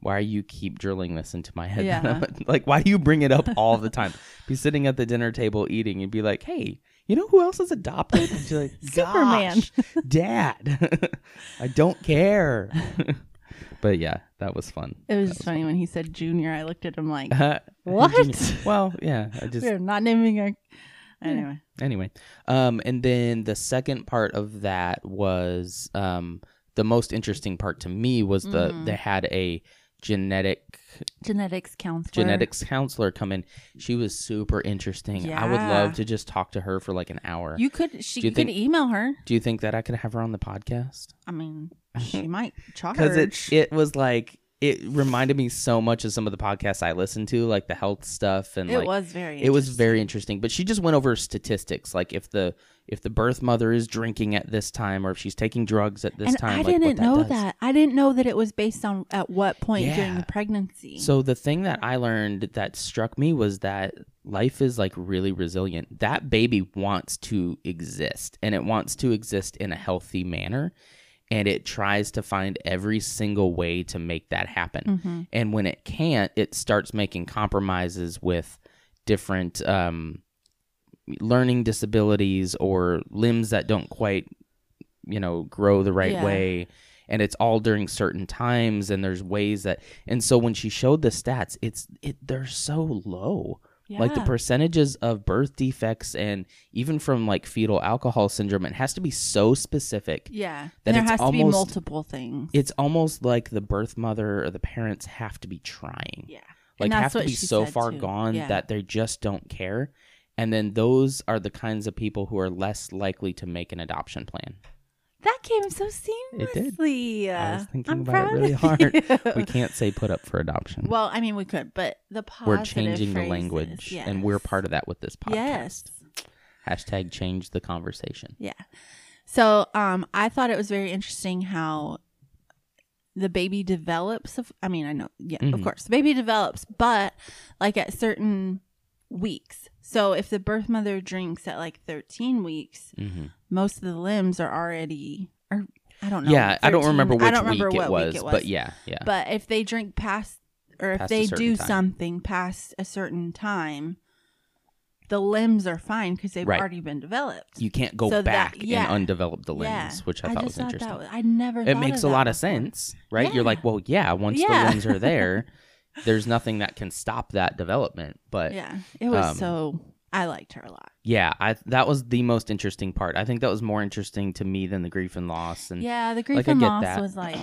[SPEAKER 1] why you keep drilling this into my head?
[SPEAKER 2] Yeah.
[SPEAKER 1] like why do you bring it up all the time? be sitting at the dinner table eating and be like, Hey, you know who else is adopted? And she's like,
[SPEAKER 2] Superman.
[SPEAKER 1] "Gosh, Dad. I don't care. but yeah, that was fun.
[SPEAKER 2] it was
[SPEAKER 1] That
[SPEAKER 2] funny when he said Junior. I looked at him like,
[SPEAKER 1] uh,
[SPEAKER 2] What?
[SPEAKER 1] Junior- Well, yeah. I just
[SPEAKER 2] we're not naming our.
[SPEAKER 1] Hmm.
[SPEAKER 2] Anyway,
[SPEAKER 1] anyway. Um, and then the second part of that was um the most interesting part to me was the
[SPEAKER 2] Mhm.
[SPEAKER 1] they had a genetic
[SPEAKER 2] genetics counselor.
[SPEAKER 1] genetics counselor come in. She was super interesting. I would
[SPEAKER 2] Yeah.
[SPEAKER 1] love to just talk to her for like an hour.
[SPEAKER 2] You could. She
[SPEAKER 1] Do you
[SPEAKER 2] you could
[SPEAKER 1] think-
[SPEAKER 2] email her.
[SPEAKER 1] Do you think that I could have her on the podcast?
[SPEAKER 2] I mean, she might charge.
[SPEAKER 1] because it it was like it reminded me so much of some of the podcasts I listened to, like the health stuff and
[SPEAKER 2] It
[SPEAKER 1] like
[SPEAKER 2] was very.
[SPEAKER 1] it was
[SPEAKER 2] interesting.
[SPEAKER 1] very interesting but she just went over statistics like if the if the birth mother is drinking at this time or if she's taking drugs at this
[SPEAKER 2] and
[SPEAKER 1] time
[SPEAKER 2] I
[SPEAKER 1] like, what
[SPEAKER 2] didn't know
[SPEAKER 1] does.
[SPEAKER 2] that. I didn't know that it was based on at what point during
[SPEAKER 1] Yeah.
[SPEAKER 2] the pregnancy.
[SPEAKER 1] so the thing that i learned that struck me was that life is like really resilient that baby wants to exist and it wants to exist in a healthy manner and it tries to find every single way to make that happen
[SPEAKER 2] hmm
[SPEAKER 1] and when it can't it starts making compromises with different um, learning disabilities or limbs that don't quite you know grow the right
[SPEAKER 2] Yeah.
[SPEAKER 1] way and it's all during certain times and there's ways that and so when she showed the stats it's it they're so low
[SPEAKER 2] yeah.
[SPEAKER 1] like the percentages of birth defects and even from like fetal alcohol syndrome it has to be so specific
[SPEAKER 2] Yeah.
[SPEAKER 1] that
[SPEAKER 2] and there
[SPEAKER 1] it's
[SPEAKER 2] has to be
[SPEAKER 1] almost-
[SPEAKER 2] multiple things.
[SPEAKER 1] it's almost like the birth mother or the parents have to be trying
[SPEAKER 2] yeah.
[SPEAKER 1] like
[SPEAKER 2] And
[SPEAKER 1] have
[SPEAKER 2] that's
[SPEAKER 1] to
[SPEAKER 2] what
[SPEAKER 1] be
[SPEAKER 2] she
[SPEAKER 1] so
[SPEAKER 2] said,
[SPEAKER 1] far
[SPEAKER 2] too.
[SPEAKER 1] gone
[SPEAKER 2] Yeah.
[SPEAKER 1] that they just don't care and then those are the kinds of people who are less likely to make an adoption plan
[SPEAKER 2] That came so
[SPEAKER 1] It did.
[SPEAKER 2] seamlessly.
[SPEAKER 1] I was thinking
[SPEAKER 2] I'm
[SPEAKER 1] about it
[SPEAKER 2] proud
[SPEAKER 1] really
[SPEAKER 2] of
[SPEAKER 1] hard.
[SPEAKER 2] you.
[SPEAKER 1] we can't say put up for adoption
[SPEAKER 2] Well, I mean, we could, but the positive
[SPEAKER 1] we're changing the
[SPEAKER 2] phrases,
[SPEAKER 1] language
[SPEAKER 2] yes.
[SPEAKER 1] and we're part of that with this podcast
[SPEAKER 2] Yes.
[SPEAKER 1] hashtag change the conversation
[SPEAKER 2] Yeah. So, um, I thought it was very interesting how the baby develops. Of, I mean, I know, yeah,
[SPEAKER 1] Mhm.
[SPEAKER 2] of course, the baby develops, but like at certain weeks. So if the birth mother drinks at like 13 weeks,
[SPEAKER 1] hmm
[SPEAKER 2] most of the limbs are already or I don't know.
[SPEAKER 1] Yeah, I don't
[SPEAKER 2] 13.
[SPEAKER 1] remember which
[SPEAKER 2] I don't remember
[SPEAKER 1] week,
[SPEAKER 2] what
[SPEAKER 1] it was,
[SPEAKER 2] week it was,
[SPEAKER 1] but yeah, yeah.
[SPEAKER 2] But if they drink past or if
[SPEAKER 1] Past a
[SPEAKER 2] they
[SPEAKER 1] certain
[SPEAKER 2] do
[SPEAKER 1] time.
[SPEAKER 2] something past a certain time, the limbs are fine because they've
[SPEAKER 1] Right.
[SPEAKER 2] already been developed.
[SPEAKER 1] you can't go
[SPEAKER 2] so that-
[SPEAKER 1] back
[SPEAKER 2] yeah.
[SPEAKER 1] and undevelop the limbs, which I, thought was
[SPEAKER 2] just
[SPEAKER 1] interesting.
[SPEAKER 2] That was, I never.
[SPEAKER 1] it
[SPEAKER 2] thought
[SPEAKER 1] makes
[SPEAKER 2] of
[SPEAKER 1] a
[SPEAKER 2] that
[SPEAKER 1] lot of
[SPEAKER 2] before.
[SPEAKER 1] sense, right? You're like,
[SPEAKER 2] Yeah.
[SPEAKER 1] well, yeah, once
[SPEAKER 2] Yeah.
[SPEAKER 1] the limbs are there, there's nothing that can stop that development. But yeah.
[SPEAKER 2] Yeah, it was
[SPEAKER 1] um,
[SPEAKER 2] so. I liked her a lot.
[SPEAKER 1] I that was the most interesting part. I think that was more interesting to me than the grief and loss and
[SPEAKER 2] Yeah, the grief
[SPEAKER 1] like, I
[SPEAKER 2] and
[SPEAKER 1] get
[SPEAKER 2] loss
[SPEAKER 1] that.
[SPEAKER 2] was like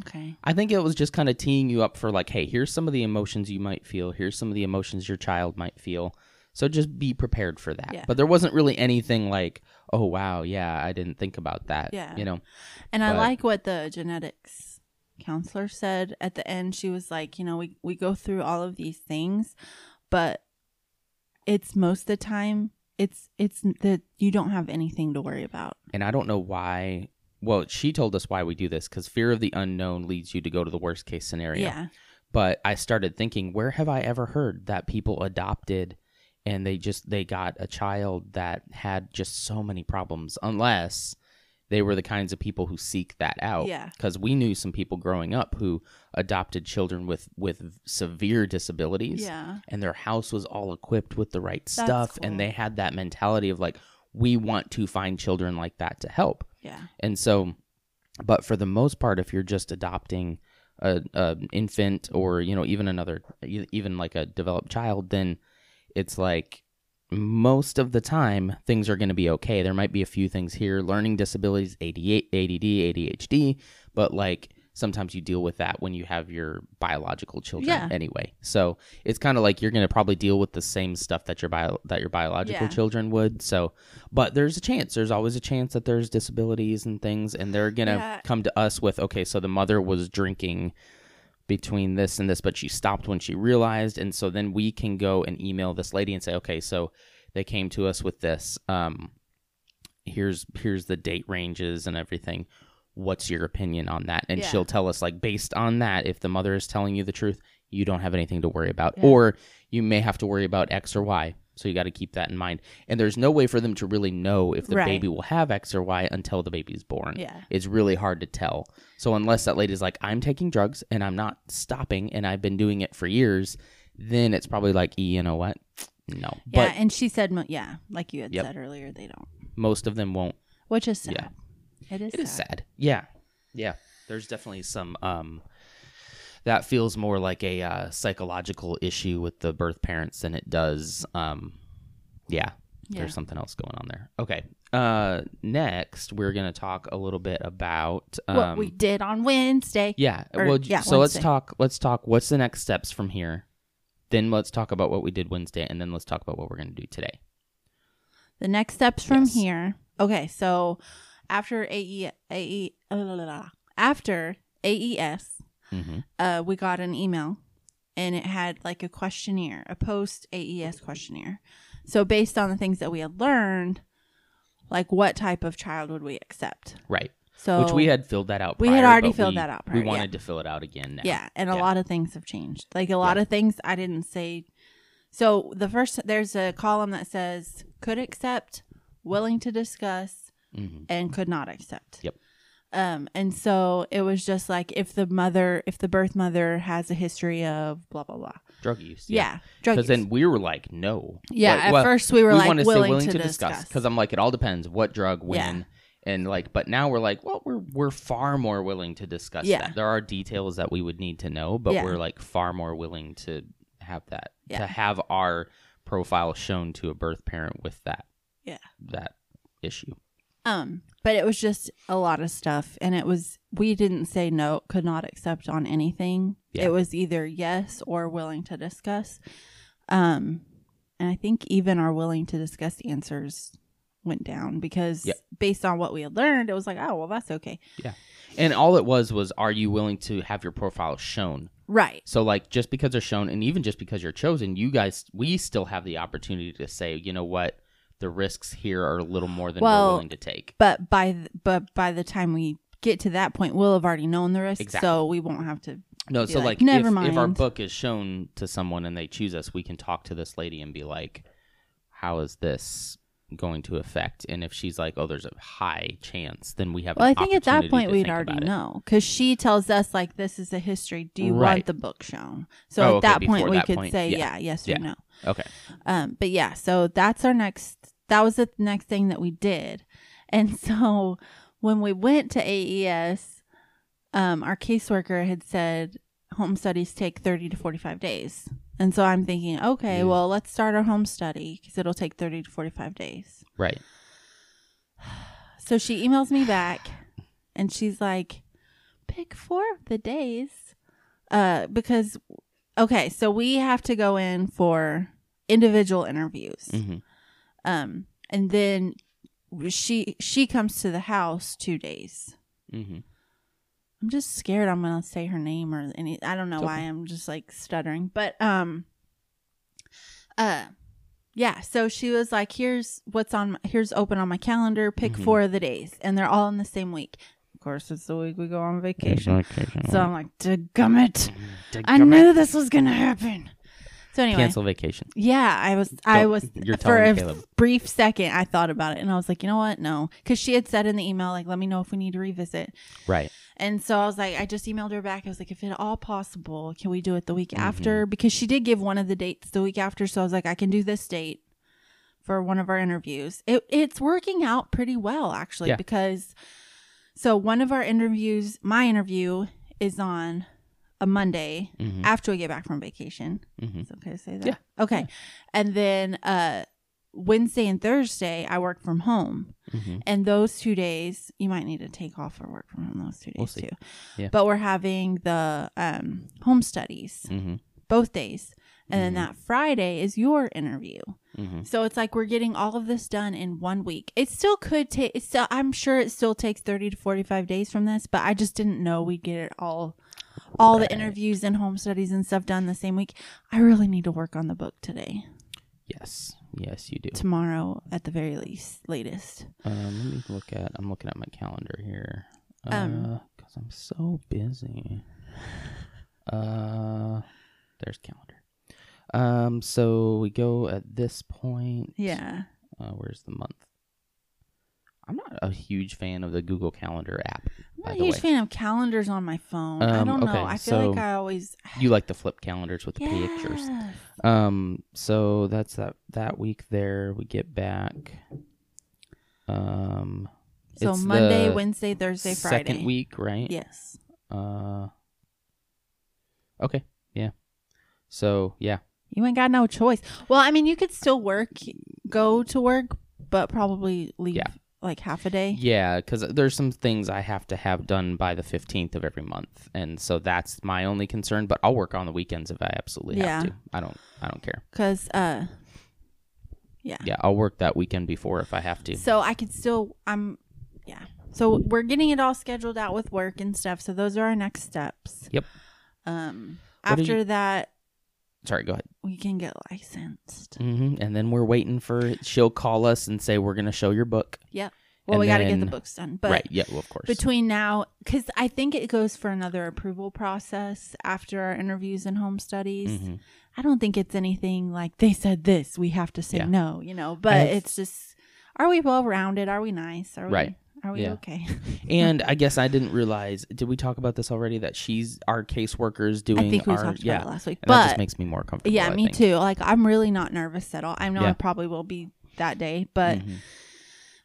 [SPEAKER 2] okay.
[SPEAKER 1] I think it was just kind of teeing you up for like, hey, here's some of the emotions you might feel. Here's some of the emotions your child might feel. So just be prepared for that.
[SPEAKER 2] Yeah.
[SPEAKER 1] But there wasn't really anything like, oh wow, yeah, I didn't think about that.
[SPEAKER 2] Yeah.
[SPEAKER 1] You know.
[SPEAKER 2] And I
[SPEAKER 1] But-
[SPEAKER 2] like what the genetics counselor said at the end. She was like, you know, we, we go through all of these things, but it's most of the time it's it's that you don't have anything to worry about.
[SPEAKER 1] And I don't know why. Well, she told us why we do this because fear of the unknown leads you to go to the worst case scenario.
[SPEAKER 2] Yeah.
[SPEAKER 1] But I started thinking, where have I ever heard that people adopted and they just they got a child that had just so many problems unless they were the kinds of people who seek that out.
[SPEAKER 2] Yeah.
[SPEAKER 1] Because we knew some people growing up who adopted children with with severe disabilities
[SPEAKER 2] Yeah.
[SPEAKER 1] and their house was all equipped with the right
[SPEAKER 2] That's
[SPEAKER 1] stuff
[SPEAKER 2] cool.
[SPEAKER 1] and they had that mentality of like we want to find children like that to help
[SPEAKER 2] Yeah.
[SPEAKER 1] and so but for the most part if you're just adopting a, a infant or you know even another e- even like a developed child then it's like most of the time things are going to be okay there might be a few things here learning disabilities AD, add adhd but like sometimes you deal with that when you have your biological children
[SPEAKER 2] Yeah.
[SPEAKER 1] anyway so it's kind of like you're going to probably deal with the same stuff that your bio that your biological
[SPEAKER 2] Yeah.
[SPEAKER 1] children would so but there's a chance there's always a chance that there's disabilities and things and they're going to
[SPEAKER 2] Yeah.
[SPEAKER 1] come to us with okay so the mother was drinking between this and this, but she stopped when she realized. And so then we can go and email this lady and say, okay, so they came to us with this. Um, here's here's the date ranges and everything. What's your opinion on that? And
[SPEAKER 2] Yeah.
[SPEAKER 1] she'll tell us like based on that, if the mother is telling you the truth, you don't have anything to worry about,
[SPEAKER 2] Yeah.
[SPEAKER 1] or you may have to worry about X or Y. So you got to keep that in mind. And there's no way for them to really know if the
[SPEAKER 2] Right.
[SPEAKER 1] baby will have X or Y until the baby's born
[SPEAKER 2] Yeah.
[SPEAKER 1] it's really hard to tell. So unless that lady's like, I'm taking drugs and I'm not stopping and I've been doing it for years, then it's probably like, you know what? No.
[SPEAKER 2] Yeah.
[SPEAKER 1] But
[SPEAKER 2] and she said, mo- yeah, like you had
[SPEAKER 1] Yep.
[SPEAKER 2] said earlier, they don't,
[SPEAKER 1] most of them won't.
[SPEAKER 2] which is sad.
[SPEAKER 1] Yeah.
[SPEAKER 2] It is.
[SPEAKER 1] It is sad. Yeah. Yeah. There's definitely some um that feels more like a uh, psychological issue with the birth parents than it does um yeah,
[SPEAKER 2] Yeah.
[SPEAKER 1] there's something else going on there. Okay. Uh next we're going to talk a little bit about um
[SPEAKER 2] what we did on Wednesday.
[SPEAKER 1] Yeah.
[SPEAKER 2] Or-
[SPEAKER 1] well, j-
[SPEAKER 2] yeah,
[SPEAKER 1] so let's
[SPEAKER 2] Wednesday.
[SPEAKER 1] talk. Let's talk. What's the next steps from here? Then let's talk about what we did Wednesday, and then let's talk about what we're going to do today.
[SPEAKER 2] The next steps from
[SPEAKER 1] Yes.
[SPEAKER 2] here. Okay, so after AE, AE uh, la, la, la. after AES,
[SPEAKER 1] Mm-hmm.
[SPEAKER 2] uh, we got an email, and it had like a questionnaire, a post AES questionnaire. So based on the things that we had learned, like what type of child would we accept?
[SPEAKER 1] Right.
[SPEAKER 2] So
[SPEAKER 1] Which we had filled that out.
[SPEAKER 2] we had
[SPEAKER 1] prior,
[SPEAKER 2] already
[SPEAKER 1] but
[SPEAKER 2] filled
[SPEAKER 1] we-
[SPEAKER 2] that out
[SPEAKER 1] we
[SPEAKER 2] prior, yeah.
[SPEAKER 1] wanted to fill it out again. Now.
[SPEAKER 2] Yeah, and a
[SPEAKER 1] Yeah.
[SPEAKER 2] lot of things have changed. Like a lot
[SPEAKER 1] Yeah.
[SPEAKER 2] of things I didn't say. So the first there's a column that says could accept, willing to discuss,
[SPEAKER 1] hmm
[SPEAKER 2] and could not accept.
[SPEAKER 1] Yep.
[SPEAKER 2] Um, and so it was just like if the mother, if the birth mother has a history of blah blah blah.
[SPEAKER 1] Drug use.
[SPEAKER 2] Yeah, drug
[SPEAKER 1] Because
[SPEAKER 2] use.
[SPEAKER 1] then we were like, no.
[SPEAKER 2] yeah,
[SPEAKER 1] Like,
[SPEAKER 2] at
[SPEAKER 1] well,
[SPEAKER 2] first we were like
[SPEAKER 1] want to
[SPEAKER 2] willing,
[SPEAKER 1] say willing
[SPEAKER 2] to
[SPEAKER 1] discuss
[SPEAKER 2] discuss.
[SPEAKER 1] because I'm like, it all depends what drug, when.
[SPEAKER 2] Yeah.
[SPEAKER 1] And like, but now we're like, well, we're we're far more willing to discuss
[SPEAKER 2] Yeah.
[SPEAKER 1] that. There are details that we would need to know, but
[SPEAKER 2] Yeah.
[SPEAKER 1] we're like far more willing to have that
[SPEAKER 2] Yeah.
[SPEAKER 1] to have our profile shown to a birth parent with that.
[SPEAKER 2] Yeah.
[SPEAKER 1] that issue.
[SPEAKER 2] um, but it was just a lot of stuff, and it was we didn't say no, could not accept on anything.
[SPEAKER 1] Yeah.
[SPEAKER 2] It was either yes or willing to discuss. Um, and I think even our willing to discuss answers went down because
[SPEAKER 1] Yep.
[SPEAKER 2] based on what we had learned, it was like, oh well, that's okay,
[SPEAKER 1] And all it was was, are you willing to have your profile shown?
[SPEAKER 2] right?
[SPEAKER 1] So like just because they're shown and even just because you're chosen, you guys we still have the opportunity to say, you know what, the risks here are a little more than
[SPEAKER 2] Well,
[SPEAKER 1] we're willing to take.
[SPEAKER 2] but by th- but by the time we get to that point, we'll have already known the risk,
[SPEAKER 1] Exactly.
[SPEAKER 2] so we won't have to.
[SPEAKER 1] No,
[SPEAKER 2] be
[SPEAKER 1] so like,
[SPEAKER 2] like, "Never
[SPEAKER 1] if, if our
[SPEAKER 2] mind."
[SPEAKER 1] book is shown to someone and they choose us, we can talk to this lady and be like, how is this going to affect? And if she's like, oh, there's a high chance, then we have.
[SPEAKER 2] Well, I
[SPEAKER 1] an
[SPEAKER 2] think at that
[SPEAKER 1] opportunity
[SPEAKER 2] point
[SPEAKER 1] to
[SPEAKER 2] we'd
[SPEAKER 1] think
[SPEAKER 2] already
[SPEAKER 1] about it.
[SPEAKER 2] know because she tells us like this is a history. Do you want
[SPEAKER 1] Right.
[SPEAKER 2] the book shown? So
[SPEAKER 1] Oh,
[SPEAKER 2] at
[SPEAKER 1] okay,
[SPEAKER 2] that
[SPEAKER 1] before
[SPEAKER 2] point we
[SPEAKER 1] that
[SPEAKER 2] could
[SPEAKER 1] point,
[SPEAKER 2] say
[SPEAKER 1] yeah.
[SPEAKER 2] yeah, yes
[SPEAKER 1] Yeah.
[SPEAKER 2] or no.
[SPEAKER 1] Okay.
[SPEAKER 2] Um, but yeah, so that's our next. That was the next thing that we did, and so when we went to AES, um, our caseworker had said home studies take thirty to forty-five days, and so I'm thinking, okay,
[SPEAKER 1] Yeah.
[SPEAKER 2] well, let's start our home study because it'll take thirty to forty-five days.
[SPEAKER 1] Right.
[SPEAKER 2] So she emails me back and she's like, pick four of the days. Uh, because, okay, so we have to go in for individual interviews.
[SPEAKER 1] hmm
[SPEAKER 2] Um, and then she she comes to the house two days.
[SPEAKER 1] hmm
[SPEAKER 2] I'm just scared I'm gonna say her name or any I don't know
[SPEAKER 1] It's
[SPEAKER 2] why
[SPEAKER 1] okay.
[SPEAKER 2] I'm just like stuttering. But um uh yeah, so she was like, Here's what's on my, here's open on my calendar, pick
[SPEAKER 1] Mhm.
[SPEAKER 2] four of the days and they're all in the same week. Of course it's the week we go on vacation.
[SPEAKER 1] Mm-hmm.
[SPEAKER 2] So I'm like, Dadgummit. I knew this was gonna happen. So anyway
[SPEAKER 1] Cancel vacation.
[SPEAKER 2] Yeah, I was I
[SPEAKER 1] Don't-
[SPEAKER 2] was
[SPEAKER 1] you're
[SPEAKER 2] for
[SPEAKER 1] telling
[SPEAKER 2] a
[SPEAKER 1] Caleb.
[SPEAKER 2] brief second I thought about it and I was like, you know what? No. Cause she had said in the email, like, let me know if we need to revisit.
[SPEAKER 1] Right.
[SPEAKER 2] And so I was like, I just emailed her back. I was like, if at all possible, can we do it the week after? Because she did give one of the dates the week after. So I was like, I can do this date for one of our interviews. It, it's working out pretty well, actually,
[SPEAKER 1] Yeah.
[SPEAKER 2] because so one of our interviews, my interview is on a Monday
[SPEAKER 1] hmm
[SPEAKER 2] after we get back from vacation.
[SPEAKER 1] hmm
[SPEAKER 2] It's okay to say that.
[SPEAKER 1] Yeah.
[SPEAKER 2] Okay. And then uh, Wednesday and Thursday, I work from home.
[SPEAKER 1] hmm
[SPEAKER 2] And those two days, you might need to take off or work from home those two days
[SPEAKER 1] We'll see.
[SPEAKER 2] too.
[SPEAKER 1] Yeah.
[SPEAKER 2] But we're having the um, home studies
[SPEAKER 1] hmm
[SPEAKER 2] both days. And then
[SPEAKER 1] Mhm.
[SPEAKER 2] that Friday is your interview.
[SPEAKER 1] hmm
[SPEAKER 2] So it's like we're getting all of this done in one week. It still could take, it's still, I'm sure it still takes 30 to 45 days from this, but I just didn't know we'd get it all, all
[SPEAKER 1] Right.
[SPEAKER 2] the interviews and home studies and stuff done the same week. I really need to work on the book today,
[SPEAKER 1] Yes. Yes, you do.
[SPEAKER 2] tomorrow at the very least, latest.
[SPEAKER 1] Um, let me look at. I'm looking at my calendar here.
[SPEAKER 2] Um.
[SPEAKER 1] Um, because I'm so busy. Uh, there's calendar. Um, so we go at this point.
[SPEAKER 2] Yeah.
[SPEAKER 1] Uh, where's the month? I'm not a huge fan of the Google Calendar app.
[SPEAKER 2] I'm
[SPEAKER 1] by
[SPEAKER 2] not
[SPEAKER 1] the
[SPEAKER 2] a huge
[SPEAKER 1] way.
[SPEAKER 2] fan of calendars on my phone. I
[SPEAKER 1] Um,
[SPEAKER 2] don't know.
[SPEAKER 1] okay,
[SPEAKER 2] I feel like
[SPEAKER 1] so
[SPEAKER 2] I always
[SPEAKER 1] You like the flip calendars with the
[SPEAKER 2] yeah.
[SPEAKER 1] pictures. Um, so that's that that week there. We get back. Um,
[SPEAKER 2] So
[SPEAKER 1] It's
[SPEAKER 2] Monday,
[SPEAKER 1] the
[SPEAKER 2] Wednesday, Thursday, Friday.
[SPEAKER 1] second week, right?
[SPEAKER 2] Yes.
[SPEAKER 1] Uh. Okay. Yeah. So yeah.
[SPEAKER 2] You ain't got no choice. Well, I mean, you could still work, go to work, but probably leave
[SPEAKER 1] Yeah.
[SPEAKER 2] like half a day.
[SPEAKER 1] Yeah, because there's some things I have to have done by the 15th of every month, and so that's my only concern. But I'll work on the weekends if I absolutely have
[SPEAKER 2] Yeah.
[SPEAKER 1] to. I don't. I don't care.
[SPEAKER 2] Because, uh, yeah.
[SPEAKER 1] Yeah, I'll work that weekend before if I have to.
[SPEAKER 2] So I could still, I'm, yeah. So we're getting it all scheduled out with work and stuff. So those are our next steps.
[SPEAKER 1] Yep.
[SPEAKER 2] Um,
[SPEAKER 1] What do
[SPEAKER 2] after
[SPEAKER 1] you-
[SPEAKER 2] that,
[SPEAKER 1] Sorry. Go ahead.
[SPEAKER 2] we can get licensed.
[SPEAKER 1] hmm And then we're waiting for she'll call us and say we're gonna show your book.
[SPEAKER 2] Well,
[SPEAKER 1] And
[SPEAKER 2] we got to get the
[SPEAKER 1] then-
[SPEAKER 2] books done. But
[SPEAKER 1] right. Yeah. Well, of course.
[SPEAKER 2] between now because i think it goes for another approval process after our interviews and home studies
[SPEAKER 1] Mhm.
[SPEAKER 2] i don't think it's anything like they said this we have to say
[SPEAKER 1] Yeah.
[SPEAKER 2] no you know but
[SPEAKER 1] have-
[SPEAKER 2] it's just are we well rounded are we nice are we
[SPEAKER 1] Right.
[SPEAKER 2] are we
[SPEAKER 1] Yeah.
[SPEAKER 2] okay
[SPEAKER 1] And I guess I didn't realize. Did we talk about this already? That she's our caseworkers doing
[SPEAKER 2] i think we
[SPEAKER 1] our
[SPEAKER 2] talked
[SPEAKER 1] yeah.
[SPEAKER 2] about it last week
[SPEAKER 1] And that
[SPEAKER 2] but
[SPEAKER 1] just makes me more comfortable.
[SPEAKER 2] yeah
[SPEAKER 1] I
[SPEAKER 2] me
[SPEAKER 1] think.
[SPEAKER 2] too like i'm really not nervous at all i know i
[SPEAKER 1] Yeah.
[SPEAKER 2] probably will be that day but
[SPEAKER 1] Mhm.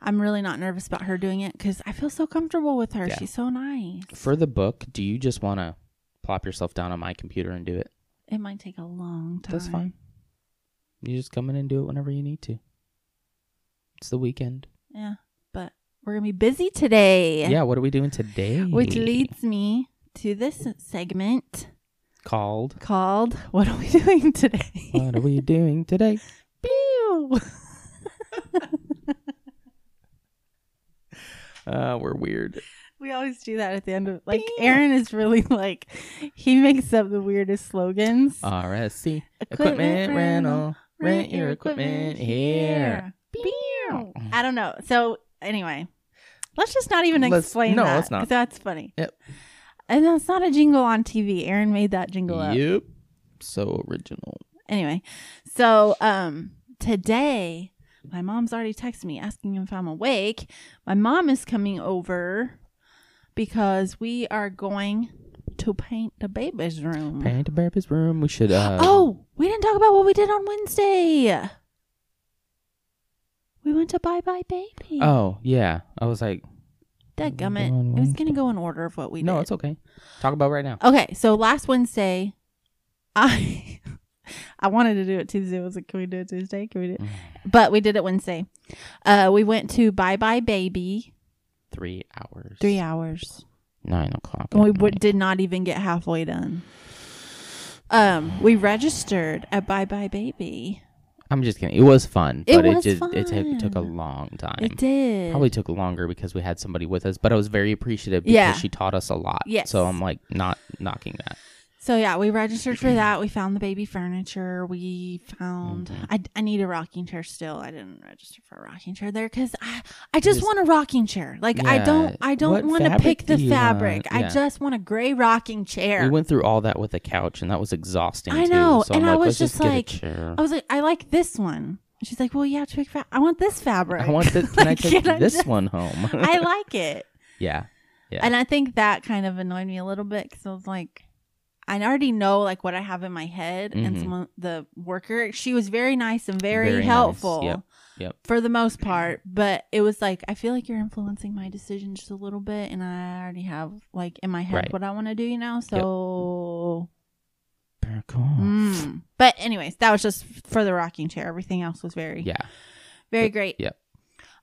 [SPEAKER 2] i'm really not nervous about her doing it because i feel so comfortable with her
[SPEAKER 1] Yeah.
[SPEAKER 2] she's so nice
[SPEAKER 1] For the book, do you just want to plop yourself down on my computer and do it?
[SPEAKER 2] it might take a long time
[SPEAKER 1] That's fine. You just come in and do it whenever you need to. It's the weekend.
[SPEAKER 2] Yeah, but we're gonna be busy today.
[SPEAKER 1] Yeah. what are we doing today?
[SPEAKER 2] Which leads me to this segment
[SPEAKER 1] called.
[SPEAKER 2] called "What Are We Doing Today?"
[SPEAKER 1] what are we doing today?
[SPEAKER 2] Pew!
[SPEAKER 1] Uh, we're weird.
[SPEAKER 2] we always do that at the end of like Aaron is really like he makes up the weirdest slogans.
[SPEAKER 1] RSC
[SPEAKER 2] Equipment
[SPEAKER 1] Uh, equipment rental.
[SPEAKER 2] rental.
[SPEAKER 1] Rent your equipment here.
[SPEAKER 2] Pew! I don't know. So anyway, let's just not even
[SPEAKER 1] Let's-
[SPEAKER 2] explain
[SPEAKER 1] no,
[SPEAKER 2] that.
[SPEAKER 1] let's not.
[SPEAKER 2] 'cause That's funny.
[SPEAKER 1] Yep.
[SPEAKER 2] And that's not a jingle on TV. Aaron made that jingle up.
[SPEAKER 1] Yep. So original.
[SPEAKER 2] anyway so um today, my mom's already texted me asking if I'm awake. My mom is coming over because we are going to paint the baby's room.
[SPEAKER 1] Paint a baby's room. We should. Uh,
[SPEAKER 2] Oh, we didn't talk about what we did on Wednesday. We went to Bye Bye Baby.
[SPEAKER 1] Oh yeah. I was like,
[SPEAKER 2] that
[SPEAKER 1] on
[SPEAKER 2] gummit. It was gonna go in order of what we
[SPEAKER 1] no,
[SPEAKER 2] did.
[SPEAKER 1] it's okay. Talk about it right now.
[SPEAKER 2] Okay, so last Wednesday, I I wanted to do it Tuesday. I was like, can we do it Tuesday? Can we do it?
[SPEAKER 1] Mm.
[SPEAKER 2] But we did it Wednesday. Uh, we went to Bye Bye Baby.
[SPEAKER 1] Three hours.
[SPEAKER 2] Three hours.
[SPEAKER 1] Nine o'clock.
[SPEAKER 2] And we
[SPEAKER 1] at
[SPEAKER 2] w-
[SPEAKER 1] night.
[SPEAKER 2] did not even get halfway done. Um, we registered at Bye Bye Baby.
[SPEAKER 1] I'm just kidding. It was fun,
[SPEAKER 2] It
[SPEAKER 1] but it,
[SPEAKER 2] was
[SPEAKER 1] just it ta- took a
[SPEAKER 2] fun.
[SPEAKER 1] long time.
[SPEAKER 2] It did.
[SPEAKER 1] Probably took longer because we had somebody with us, but I was very appreciative because
[SPEAKER 2] Yeah.
[SPEAKER 1] she taught us a lot.
[SPEAKER 2] Yes.
[SPEAKER 1] So I'm like not knocking that.
[SPEAKER 2] So yeah, we registered for that. We found the baby furniture. We found
[SPEAKER 1] Mm-hmm.
[SPEAKER 2] I, I need a rocking chair still. I didn't register for a rocking chair there because I I just,
[SPEAKER 1] Just-
[SPEAKER 2] want a rocking chair. Like I
[SPEAKER 1] Yeah.
[SPEAKER 2] don't I
[SPEAKER 1] What
[SPEAKER 2] don't want to
[SPEAKER 1] fabric
[SPEAKER 2] pick
[SPEAKER 1] do
[SPEAKER 2] the
[SPEAKER 1] you
[SPEAKER 2] fabric.
[SPEAKER 1] want? Yeah.
[SPEAKER 2] I just want a gray rocking chair.
[SPEAKER 1] We went through all that with a couch, and that was exhausting.
[SPEAKER 2] I
[SPEAKER 1] too.
[SPEAKER 2] know,
[SPEAKER 1] So
[SPEAKER 2] and
[SPEAKER 1] I'm
[SPEAKER 2] I
[SPEAKER 1] like,
[SPEAKER 2] was
[SPEAKER 1] Let's
[SPEAKER 2] just
[SPEAKER 1] get a
[SPEAKER 2] like,
[SPEAKER 1] chair.
[SPEAKER 2] I was like, I like this one. She's like, well, you have to pick. Fa- I want this fabric.
[SPEAKER 1] I want this. Can I
[SPEAKER 2] Like,
[SPEAKER 1] take
[SPEAKER 2] can I
[SPEAKER 1] this
[SPEAKER 2] just-
[SPEAKER 1] one home?
[SPEAKER 2] I like it,
[SPEAKER 1] yeah. Yeah.
[SPEAKER 2] and I think that kind of annoyed me a little bit because I was like. I already know like what I have in my head, and
[SPEAKER 1] Mhm.
[SPEAKER 2] someone, the worker, she was very nice and very,
[SPEAKER 1] Very nice.
[SPEAKER 2] helpful.
[SPEAKER 1] Yep. Yep.
[SPEAKER 2] for the most part but it was like i feel like you're influencing my decision just a little bit and i already have like in my head
[SPEAKER 1] Right.
[SPEAKER 2] what i want to do you know so
[SPEAKER 1] Back off.
[SPEAKER 2] mm. but anyways that was just for the rocking chair everything else was very
[SPEAKER 1] Yeah.
[SPEAKER 2] very great
[SPEAKER 1] Yep.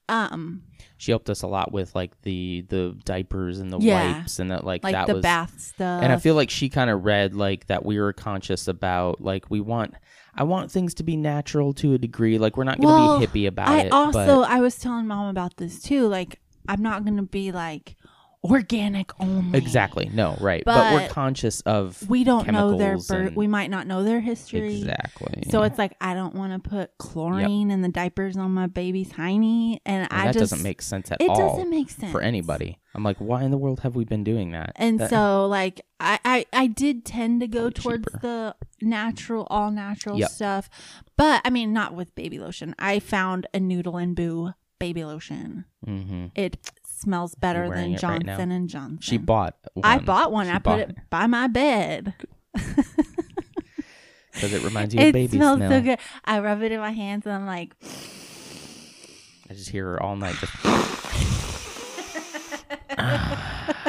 [SPEAKER 2] um
[SPEAKER 1] She helped us a lot with like the the diapers and the
[SPEAKER 2] Yeah.
[SPEAKER 1] wipes and that like,
[SPEAKER 2] like
[SPEAKER 1] that
[SPEAKER 2] the
[SPEAKER 1] was
[SPEAKER 2] bath stuff
[SPEAKER 1] and I feel like she kind of read like that we were conscious about like we want I want things to be natural to a degree like we're not going to
[SPEAKER 2] Well,
[SPEAKER 1] be hippie about
[SPEAKER 2] i
[SPEAKER 1] it
[SPEAKER 2] also
[SPEAKER 1] but
[SPEAKER 2] i was telling mom about this too like i'm not gonna be like organic only
[SPEAKER 1] exactly no right but, we're
[SPEAKER 2] But
[SPEAKER 1] conscious of
[SPEAKER 2] we don't know their
[SPEAKER 1] Chemicals
[SPEAKER 2] birth
[SPEAKER 1] and-
[SPEAKER 2] we might not know their history
[SPEAKER 1] exactly
[SPEAKER 2] So it's like I don't want to put chlorine in the diapers on my baby's hiney, and
[SPEAKER 1] And
[SPEAKER 2] I
[SPEAKER 1] that
[SPEAKER 2] just
[SPEAKER 1] doesn't make sense at
[SPEAKER 2] it
[SPEAKER 1] all
[SPEAKER 2] doesn't make sense
[SPEAKER 1] for anybody I'm like why in the world have we been doing that
[SPEAKER 2] And
[SPEAKER 1] That-
[SPEAKER 2] so like I, I I did tend to go
[SPEAKER 1] Probably
[SPEAKER 2] towards
[SPEAKER 1] cheaper.
[SPEAKER 2] the natural, all natural
[SPEAKER 1] Yep.
[SPEAKER 2] stuff, but I mean not with baby lotion. I found a Noodle and Boo baby lotion.
[SPEAKER 1] Mhm.
[SPEAKER 2] It smells better
[SPEAKER 1] wearing
[SPEAKER 2] than
[SPEAKER 1] it right
[SPEAKER 2] Johnson
[SPEAKER 1] now?
[SPEAKER 2] and Johnson.
[SPEAKER 1] she bought one.
[SPEAKER 2] I bought one.
[SPEAKER 1] She
[SPEAKER 2] I
[SPEAKER 1] bought
[SPEAKER 2] put it by my bed.
[SPEAKER 1] because it reminds you of
[SPEAKER 2] It
[SPEAKER 1] baby
[SPEAKER 2] smells
[SPEAKER 1] smell
[SPEAKER 2] so good. I rub it in my hands and I'm like.
[SPEAKER 1] I just hear her all night just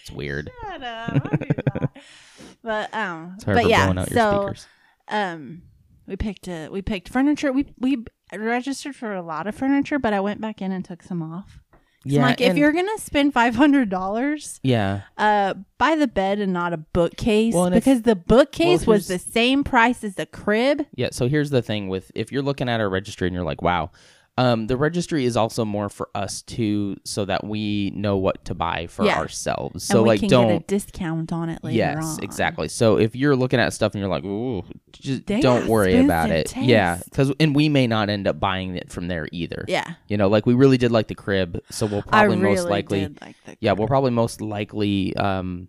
[SPEAKER 1] it's weird
[SPEAKER 2] Shut up. I do not. but um
[SPEAKER 1] it's hard
[SPEAKER 2] but
[SPEAKER 1] for
[SPEAKER 2] yeah
[SPEAKER 1] blowing out your
[SPEAKER 2] so
[SPEAKER 1] speakers
[SPEAKER 2] um we picked a we picked furniture we we registered for a lot of furniture but i went back in and took some off yeah, like if
[SPEAKER 1] and-
[SPEAKER 2] you're gonna spend $500
[SPEAKER 1] Yeah.
[SPEAKER 2] uh buy the bed and not a bookcase
[SPEAKER 1] Well, and if-
[SPEAKER 2] because the bookcase
[SPEAKER 1] well,
[SPEAKER 2] was the
[SPEAKER 1] here's-
[SPEAKER 2] same price as the crib
[SPEAKER 1] Yeah. So here's the thing with if you're looking at our registry and you're like, wow, um, the registry is also more for us too, so that we know what to buy for
[SPEAKER 2] Yeah.
[SPEAKER 1] ourselves.
[SPEAKER 2] and
[SPEAKER 1] So
[SPEAKER 2] we
[SPEAKER 1] like
[SPEAKER 2] can
[SPEAKER 1] don't
[SPEAKER 2] get a discount on it later
[SPEAKER 1] Yes,
[SPEAKER 2] on.
[SPEAKER 1] exactly. So if you're looking at stuff and you're like, ooh, just
[SPEAKER 2] They
[SPEAKER 1] don't
[SPEAKER 2] have
[SPEAKER 1] worry about it.
[SPEAKER 2] expensive
[SPEAKER 1] Yeah.
[SPEAKER 2] taste.
[SPEAKER 1] Cause and we may not end up buying it from there either.
[SPEAKER 2] yeah
[SPEAKER 1] You know, like we really did like the crib, so we'll probably
[SPEAKER 2] i really
[SPEAKER 1] most likely
[SPEAKER 2] did like the
[SPEAKER 1] Yeah, we'll probably most likely um,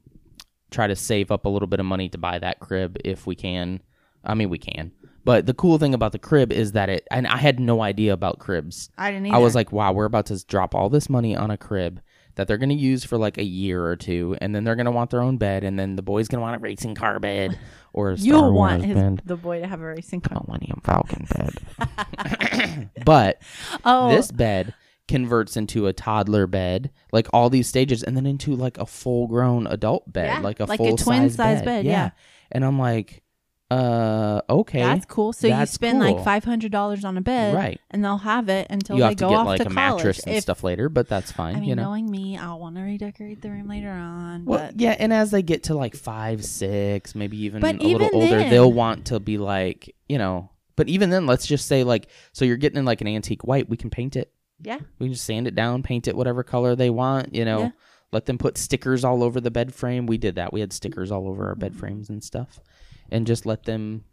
[SPEAKER 1] try to save up a little bit of money to buy that crib if we can. I mean, we can. But the cool thing about the crib is that it, and I had no idea about cribs.
[SPEAKER 2] i didn't
[SPEAKER 1] I was
[SPEAKER 2] either.
[SPEAKER 1] like, wow, we're about to drop all this money on a crib that they're going to use for like a year or two, and then they're going to want their own bed, and then the boy's going to want a racing car bed or a Star
[SPEAKER 2] you'll
[SPEAKER 1] Wars
[SPEAKER 2] want his,
[SPEAKER 1] bed.
[SPEAKER 2] the boy to have a racing car
[SPEAKER 1] Millennium Falcon bed. but
[SPEAKER 2] oh
[SPEAKER 1] this bed converts into a toddler bed, like all these stages, and then into like a full grown adult bed,
[SPEAKER 2] Yeah,
[SPEAKER 1] like a
[SPEAKER 2] like a
[SPEAKER 1] full
[SPEAKER 2] twin
[SPEAKER 1] size
[SPEAKER 2] size
[SPEAKER 1] bed.
[SPEAKER 2] bed, yeah.
[SPEAKER 1] And I'm like, uh, okay,
[SPEAKER 2] That's cool. So
[SPEAKER 1] That's
[SPEAKER 2] you spend
[SPEAKER 1] cool.
[SPEAKER 2] like five hundred dollars on a bed,
[SPEAKER 1] right.
[SPEAKER 2] And they'll have it until
[SPEAKER 1] you
[SPEAKER 2] they
[SPEAKER 1] have to
[SPEAKER 2] go
[SPEAKER 1] get
[SPEAKER 2] off
[SPEAKER 1] like
[SPEAKER 2] to
[SPEAKER 1] a
[SPEAKER 2] college.
[SPEAKER 1] mattress and
[SPEAKER 2] If-
[SPEAKER 1] stuff later, but that's
[SPEAKER 2] I
[SPEAKER 1] fine.
[SPEAKER 2] mean,
[SPEAKER 1] you know.
[SPEAKER 2] knowing me, I'll want to redecorate the room later on.
[SPEAKER 1] well,
[SPEAKER 2] But
[SPEAKER 1] yeah, and as they get to like five, six, maybe even
[SPEAKER 2] But
[SPEAKER 1] a little
[SPEAKER 2] even
[SPEAKER 1] older,
[SPEAKER 2] then-
[SPEAKER 1] they'll want to be like, you know. But even then, let's just say like, so you're getting in like an antique white. We can paint it.
[SPEAKER 2] yeah,
[SPEAKER 1] We can just sand it down, paint it whatever color they want, you know.
[SPEAKER 2] Yeah.
[SPEAKER 1] Let them put stickers all over the bed frame. We did that. We had stickers all over our bed
[SPEAKER 2] Mm-hmm.
[SPEAKER 1] frames and stuff. And just let them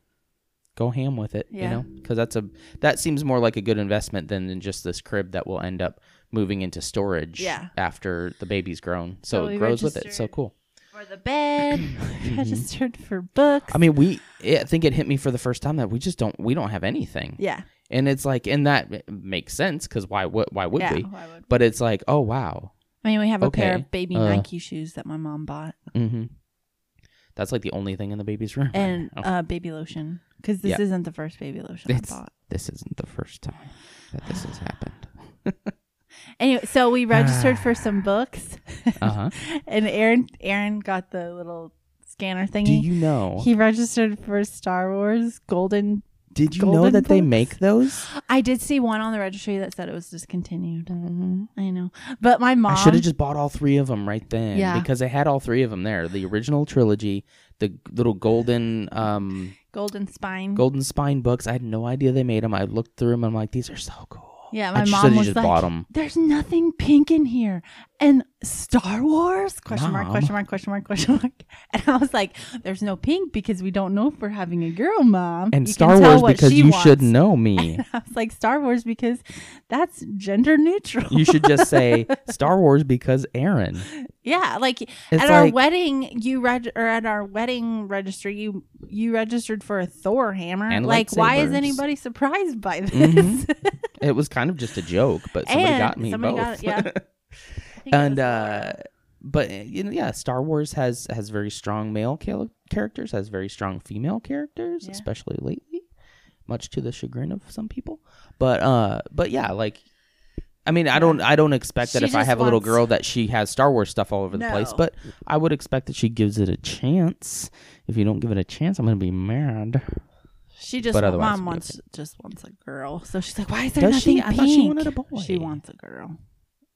[SPEAKER 1] go ham with it, you
[SPEAKER 2] Yeah.
[SPEAKER 1] know? Cuz that's a that seems more like a good investment than in just this crib that will end up moving into storage
[SPEAKER 2] Yeah.
[SPEAKER 1] after the baby's grown.
[SPEAKER 2] So
[SPEAKER 1] So,
[SPEAKER 2] we
[SPEAKER 1] it grows with it. So
[SPEAKER 2] registered-
[SPEAKER 1] cool.
[SPEAKER 2] for the bed, registered for books.
[SPEAKER 1] I mean, we. I think it hit me for the first time that we just don't. We don't have anything,
[SPEAKER 2] yeah,
[SPEAKER 1] and it's like, and that makes sense because why would why would
[SPEAKER 2] yeah.
[SPEAKER 1] we?
[SPEAKER 2] why would-
[SPEAKER 1] But it's like, oh wow,
[SPEAKER 2] I mean, we have a pair
[SPEAKER 1] Okay,
[SPEAKER 2] of baby
[SPEAKER 1] uh,
[SPEAKER 2] Nike shoes that my mom bought,
[SPEAKER 1] hmm that's like the only thing in the baby's room. right
[SPEAKER 2] and
[SPEAKER 1] now.
[SPEAKER 2] uh, baby lotion because this
[SPEAKER 1] Yeah.
[SPEAKER 2] isn't the first baby lotion
[SPEAKER 1] It's-
[SPEAKER 2] I bought.
[SPEAKER 1] this isn't the first time that this has happened.
[SPEAKER 2] Anyway, so we registered for some books,
[SPEAKER 1] Uh huh.
[SPEAKER 2] and Aaron Aaron got the little scanner thingy.
[SPEAKER 1] Do you know?
[SPEAKER 2] He registered for Star Wars Golden.
[SPEAKER 1] did you know
[SPEAKER 2] Golden
[SPEAKER 1] that they
[SPEAKER 2] Books?
[SPEAKER 1] make those?
[SPEAKER 2] I did see one on the registry that said it was discontinued. I know, but my mom.
[SPEAKER 1] I should have just bought all three of them right then.
[SPEAKER 2] Yeah.
[SPEAKER 1] Because I had all three of them there: the original trilogy, the g- little golden, um,
[SPEAKER 2] Golden Spine.
[SPEAKER 1] golden spine books. I had no idea they made them. I looked through them. I'm like, these are so cool.
[SPEAKER 2] yeah,
[SPEAKER 1] I
[SPEAKER 2] my
[SPEAKER 1] just
[SPEAKER 2] mom
[SPEAKER 1] should have
[SPEAKER 2] was
[SPEAKER 1] just
[SPEAKER 2] like,
[SPEAKER 1] bought them.
[SPEAKER 2] "There's nothing pink in here," and Star Wars? Question mark?
[SPEAKER 1] Mom.
[SPEAKER 2] Question mark? Question mark? Question mark? And I was like, "There's no pink because we don't know if we're having a girl, mom."
[SPEAKER 1] And
[SPEAKER 2] You can
[SPEAKER 1] Star
[SPEAKER 2] tell
[SPEAKER 1] Wars
[SPEAKER 2] what
[SPEAKER 1] because
[SPEAKER 2] she
[SPEAKER 1] you should
[SPEAKER 2] wants."
[SPEAKER 1] know me.
[SPEAKER 2] I was like, "Star Wars because that's gender neutral."
[SPEAKER 1] you should just say Star Wars because Aaron.
[SPEAKER 2] yeah, like
[SPEAKER 1] It's
[SPEAKER 2] at our
[SPEAKER 1] like
[SPEAKER 2] wedding, you reg or at our wedding registry, you you registered for a Thor hammer.
[SPEAKER 1] And
[SPEAKER 2] like, why is
[SPEAKER 1] lightsabers.
[SPEAKER 2] anybody surprised by this?
[SPEAKER 1] Mhm. it was kind of just a joke, but somebody
[SPEAKER 2] And
[SPEAKER 1] got me
[SPEAKER 2] somebody got
[SPEAKER 1] both.
[SPEAKER 2] it, yeah. I think
[SPEAKER 1] and
[SPEAKER 2] It was
[SPEAKER 1] uh
[SPEAKER 2] Thor.
[SPEAKER 1] but you know, yeah star wars has has very strong male char- characters has very strong female characters
[SPEAKER 2] Yeah.
[SPEAKER 1] especially lately much to the chagrin of some people but uh but yeah like i mean i don't i don't expect that
[SPEAKER 2] She
[SPEAKER 1] if i
[SPEAKER 2] just
[SPEAKER 1] have a little
[SPEAKER 2] wants-
[SPEAKER 1] girl that she has star wars stuff all over the place
[SPEAKER 2] No.
[SPEAKER 1] but i would expect that she gives it a chance if you don't give it a chance i'm gonna be mad
[SPEAKER 2] she just
[SPEAKER 1] but
[SPEAKER 2] wa-
[SPEAKER 1] otherwise
[SPEAKER 2] mom
[SPEAKER 1] we're
[SPEAKER 2] wants just wants a girl, so she's like, why is there
[SPEAKER 1] Does she?
[SPEAKER 2] nothing
[SPEAKER 1] I
[SPEAKER 2] pink?
[SPEAKER 1] thought she wanted a boy.
[SPEAKER 2] She wants a girl.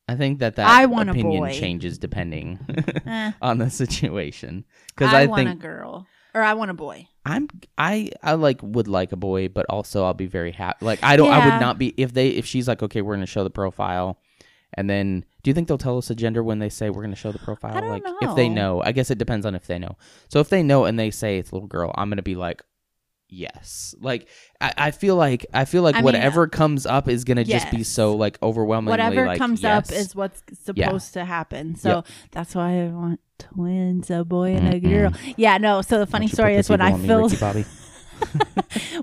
[SPEAKER 1] i think that that
[SPEAKER 2] I want a
[SPEAKER 1] opinion
[SPEAKER 2] boy.
[SPEAKER 1] changes depending
[SPEAKER 2] Eh,
[SPEAKER 1] on the situation because
[SPEAKER 2] I,
[SPEAKER 1] i,
[SPEAKER 2] want
[SPEAKER 1] think
[SPEAKER 2] a girl, or I want a boy.
[SPEAKER 1] I'm I I like would like a boy, but also I'll be very happy. Like I don't I
[SPEAKER 2] Yeah.
[SPEAKER 1] would not be if they if she's like okay we're gonna show the profile, and then do you think they'll tell us a gender when they say we're gonna show the profile?
[SPEAKER 2] don't
[SPEAKER 1] like if they
[SPEAKER 2] know.
[SPEAKER 1] know, I guess it depends on if they know. So if they know and they say it's a little girl, I'm gonna be like yes. Like I, I feel like I feel like
[SPEAKER 2] I mean,
[SPEAKER 1] whatever comes up is gonna just be
[SPEAKER 2] yes.
[SPEAKER 1] so like overwhelmingly
[SPEAKER 2] Whatever
[SPEAKER 1] like,
[SPEAKER 2] comes up
[SPEAKER 1] yes.
[SPEAKER 2] is what's supposed to happen. So that's why I want twins, a boy and a
[SPEAKER 1] Mm-mm.
[SPEAKER 2] girl. Yeah, no. So the funny
[SPEAKER 1] Don't you put
[SPEAKER 2] story is when
[SPEAKER 1] placebo
[SPEAKER 2] I
[SPEAKER 1] on me,
[SPEAKER 2] filled
[SPEAKER 1] Ricky Bobby.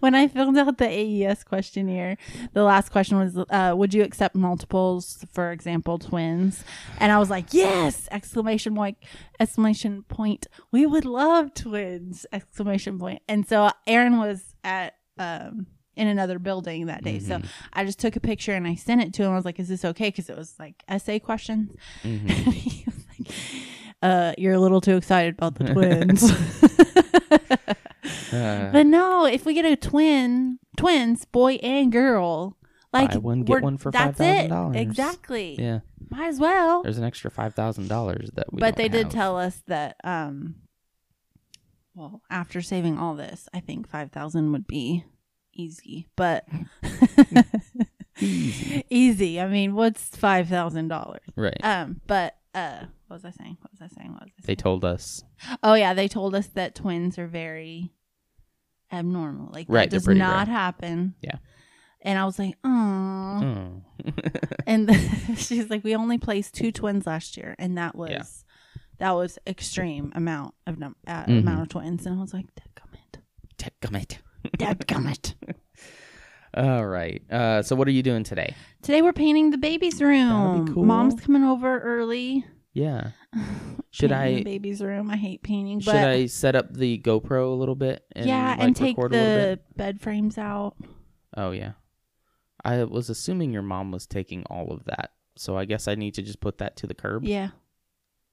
[SPEAKER 2] when I filled out the AES questionnaire, the last question was, uh, "Would you accept multiples, for example, twins?" And I was like, "Yes!" Exclamation point! Exclamation point! We would love twins! Exclamation point! And so Aaron was at um, in another building that day, so
[SPEAKER 1] Mhm.
[SPEAKER 2] I just took a picture and I sent it to him. I was like, "Is this okay?" Because it was like essay questions.
[SPEAKER 1] Mhm.
[SPEAKER 2] And he was like, uh, "You're a little too excited about the twins."
[SPEAKER 1] Uh,
[SPEAKER 2] But no, if we get a twin, twins, boy and girl, like
[SPEAKER 1] Buy one, get
[SPEAKER 2] we're-
[SPEAKER 1] one for
[SPEAKER 2] that's
[SPEAKER 1] $5,000.
[SPEAKER 2] it. Exactly.
[SPEAKER 1] yeah,
[SPEAKER 2] Might as well.
[SPEAKER 1] there's an extra five thousand dollars that we.
[SPEAKER 2] But they
[SPEAKER 1] don't
[SPEAKER 2] did
[SPEAKER 1] have.
[SPEAKER 2] tell us that um well, after saving all this, I think 5000 would be easy. But easy. I mean, what's $5,000?
[SPEAKER 1] right.
[SPEAKER 2] Um, but uh what was I saying? What was I saying? What was I saying?
[SPEAKER 1] They told us.
[SPEAKER 2] Oh yeah, they told us that twins are very abnormal. Like
[SPEAKER 1] Right,
[SPEAKER 2] that
[SPEAKER 1] they're
[SPEAKER 2] does
[SPEAKER 1] pretty
[SPEAKER 2] not happen.
[SPEAKER 1] Yeah.
[SPEAKER 2] And I was like, oh.
[SPEAKER 1] Oh.
[SPEAKER 2] And she's like, we only placed two twins last year, and that was
[SPEAKER 1] Yeah.
[SPEAKER 2] that was extreme amount of num- uh,
[SPEAKER 1] Mhm.
[SPEAKER 2] amount of twins. And I was like, dadgummit,
[SPEAKER 1] Dadgummit.
[SPEAKER 2] dadgummit.
[SPEAKER 1] All right. Uh, so what are you doing today?
[SPEAKER 2] Today we're painting the baby's room.
[SPEAKER 1] cool.
[SPEAKER 2] Mom's coming over early.
[SPEAKER 1] Yeah. Should
[SPEAKER 2] Painting the
[SPEAKER 1] I
[SPEAKER 2] baby's room? I hate painting.
[SPEAKER 1] should
[SPEAKER 2] but
[SPEAKER 1] I set up the GoPro a little bit? And,
[SPEAKER 2] yeah,
[SPEAKER 1] like,
[SPEAKER 2] and take
[SPEAKER 1] record a little
[SPEAKER 2] the
[SPEAKER 1] bit?
[SPEAKER 2] bed frames out.
[SPEAKER 1] Oh yeah. I was assuming your mom was taking all of that, so I guess I need to just put that to the curb.
[SPEAKER 2] Yeah,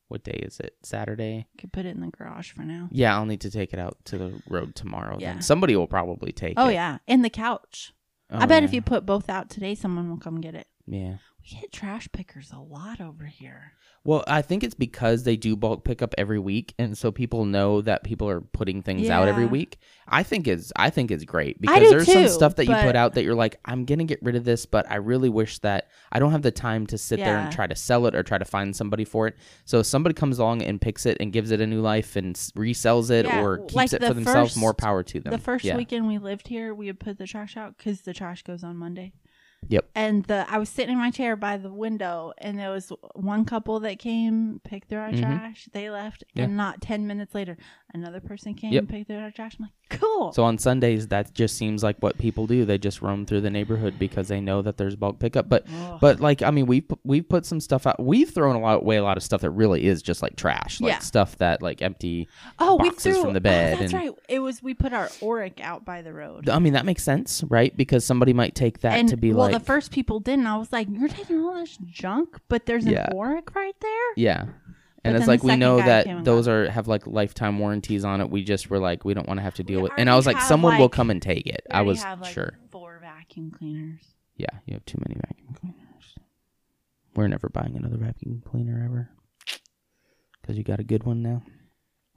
[SPEAKER 1] What day is it? Saturday.
[SPEAKER 2] could put it in the garage for now.
[SPEAKER 1] Yeah, I'll need to take it out to the road tomorrow.
[SPEAKER 2] Yeah.
[SPEAKER 1] Then somebody will probably take
[SPEAKER 2] Oh
[SPEAKER 1] it.
[SPEAKER 2] yeah, and the couch.
[SPEAKER 1] Oh,
[SPEAKER 2] I bet if
[SPEAKER 1] yeah.
[SPEAKER 2] you put both out today, someone will come get it.
[SPEAKER 1] Yeah.
[SPEAKER 2] We hit trash pickers a lot over here.
[SPEAKER 1] Well, I think it's because they do bulk pickup every week, and so people know that people are putting things out every
[SPEAKER 2] Yeah.
[SPEAKER 1] week. I think is I think it's great
[SPEAKER 2] I
[SPEAKER 1] because
[SPEAKER 2] do
[SPEAKER 1] there's some
[SPEAKER 2] too,
[SPEAKER 1] stuff that you put
[SPEAKER 2] but-
[SPEAKER 1] out that you're like, I'm gonna get rid of this, but I really wish that I don't have the time to sit there
[SPEAKER 2] Yeah.
[SPEAKER 1] and try to sell it or try to find somebody for it. So if somebody comes along and picks it and gives it a new life and s- resells it
[SPEAKER 2] Yeah,
[SPEAKER 1] or
[SPEAKER 2] w-
[SPEAKER 1] keeps
[SPEAKER 2] like
[SPEAKER 1] it
[SPEAKER 2] the
[SPEAKER 1] for themselves,
[SPEAKER 2] first-
[SPEAKER 1] more power to them.
[SPEAKER 2] The first
[SPEAKER 1] Yeah.
[SPEAKER 2] weekend we lived here, we would put the trash out because the trash goes on Monday.
[SPEAKER 1] Yep.
[SPEAKER 2] And the I was sitting in my chair by the window, and there was one couple that came, picked their
[SPEAKER 1] Mhm.
[SPEAKER 2] trash, they left,
[SPEAKER 1] Yeah.
[SPEAKER 2] and not ten minutes later, another person came,
[SPEAKER 1] Yep.
[SPEAKER 2] picked their trash. I'm like, cool.
[SPEAKER 1] So on Sundays, that just seems like what people do. They just roam through the neighborhood because they know that there's bulk pickup. But
[SPEAKER 2] Ugh.
[SPEAKER 1] But like, I mean, we pu- we've put some stuff out. We've thrown a lot away a lot of stuff that really is just like trash, like
[SPEAKER 2] Yeah.
[SPEAKER 1] stuff that like empty.
[SPEAKER 2] oh,
[SPEAKER 1] boxes from the
[SPEAKER 2] oh,
[SPEAKER 1] bed and-
[SPEAKER 2] that's right. It was we put our auric out by the road.
[SPEAKER 1] I mean, that makes sense, right? Because somebody might take that
[SPEAKER 2] and
[SPEAKER 1] to be
[SPEAKER 2] well,
[SPEAKER 1] like,
[SPEAKER 2] the first people didn't. I was like, you're taking all this junk, but there's an
[SPEAKER 1] Yeah.
[SPEAKER 2] auric right there.
[SPEAKER 1] yeah.
[SPEAKER 2] But
[SPEAKER 1] And it's
[SPEAKER 2] then the
[SPEAKER 1] like we
[SPEAKER 2] second
[SPEAKER 1] know
[SPEAKER 2] guy came
[SPEAKER 1] that
[SPEAKER 2] and
[SPEAKER 1] those are have like lifetime warranties on it. We just were like, we don't want to have to deal
[SPEAKER 2] We
[SPEAKER 1] with. And I was
[SPEAKER 2] already
[SPEAKER 1] like,
[SPEAKER 2] have,
[SPEAKER 1] someone will
[SPEAKER 2] like-
[SPEAKER 1] come and take it.
[SPEAKER 2] We
[SPEAKER 1] I
[SPEAKER 2] already
[SPEAKER 1] was
[SPEAKER 2] have, like,
[SPEAKER 1] sure.
[SPEAKER 2] four vacuum cleaners.
[SPEAKER 1] Yeah, you have too many vacuum cleaners. We're never buying another vacuum cleaner ever. Cause you got a good one now.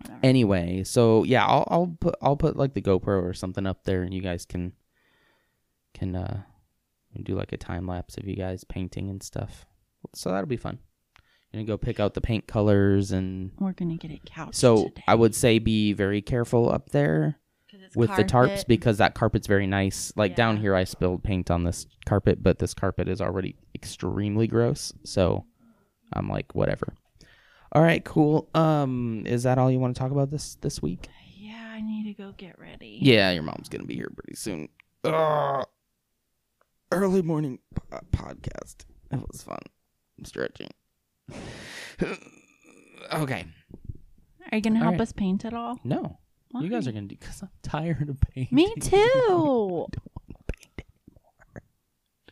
[SPEAKER 2] Whatever.
[SPEAKER 1] Anyway, so yeah, I'll I'll put I'll put like the GoPro or something up there, and you guys can can uh do like a time lapse of you guys painting and stuff. So that'll be fun. You're gonna go pick out the paint colors, and
[SPEAKER 2] We're gonna get a couch.
[SPEAKER 1] so
[SPEAKER 2] today.
[SPEAKER 1] I would say be very careful up there
[SPEAKER 2] 'Cause it's
[SPEAKER 1] with the tarps
[SPEAKER 2] carpet.
[SPEAKER 1] because that carpet's very nice. Like down
[SPEAKER 2] Yeah.
[SPEAKER 1] here, I spilled paint on this carpet, but this carpet is already extremely gross. So I'm like, whatever. All right, cool. Um, is that all you want to talk about this this week?
[SPEAKER 2] Yeah, I need to go get ready.
[SPEAKER 1] Yeah, your mom's gonna be here pretty soon. Ugh. Early morning po- uh, podcast. It was fun. I'm stretching. okay.
[SPEAKER 2] Are you gonna help
[SPEAKER 1] Alright.
[SPEAKER 2] us paint at all?
[SPEAKER 1] No, you guys
[SPEAKER 2] Why?
[SPEAKER 1] are gonna do because I'm tired of painting.
[SPEAKER 2] Me too.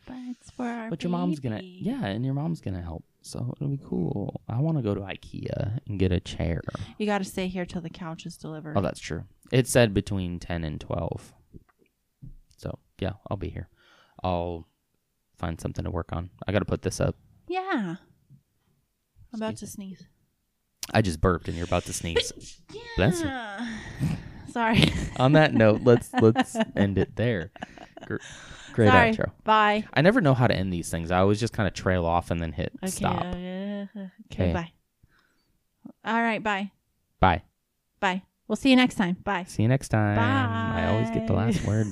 [SPEAKER 2] but it's for our.
[SPEAKER 1] But your mom's gonna
[SPEAKER 2] baby.
[SPEAKER 1] yeah, and your mom's gonna help. So it'll be cool. I want to go to IKEA and get a chair.
[SPEAKER 2] You got to stay here till the couch is delivered.
[SPEAKER 1] Oh, that's true. It said between ten and twelve. So yeah, I'll be here. I'll find something to work on. I got to put this up.
[SPEAKER 2] yeah. I'm about to sneeze.
[SPEAKER 1] I just burped, and you're about to sneeze. Bless you.
[SPEAKER 2] Yeah. Sorry.
[SPEAKER 1] on that note, let's let's end it there. Gr- great
[SPEAKER 2] Sorry.
[SPEAKER 1] outro.
[SPEAKER 2] Bye.
[SPEAKER 1] I never know how to end these things. I always just kind of trail off and then hit
[SPEAKER 2] Okay.
[SPEAKER 1] stop.
[SPEAKER 2] uh,
[SPEAKER 1] Okay.
[SPEAKER 2] okay. Bye. All right. Bye.
[SPEAKER 1] Bye.
[SPEAKER 2] Bye. We'll see you next time. Bye.
[SPEAKER 1] See you next time. I always get the
[SPEAKER 2] Bye.
[SPEAKER 1] last word.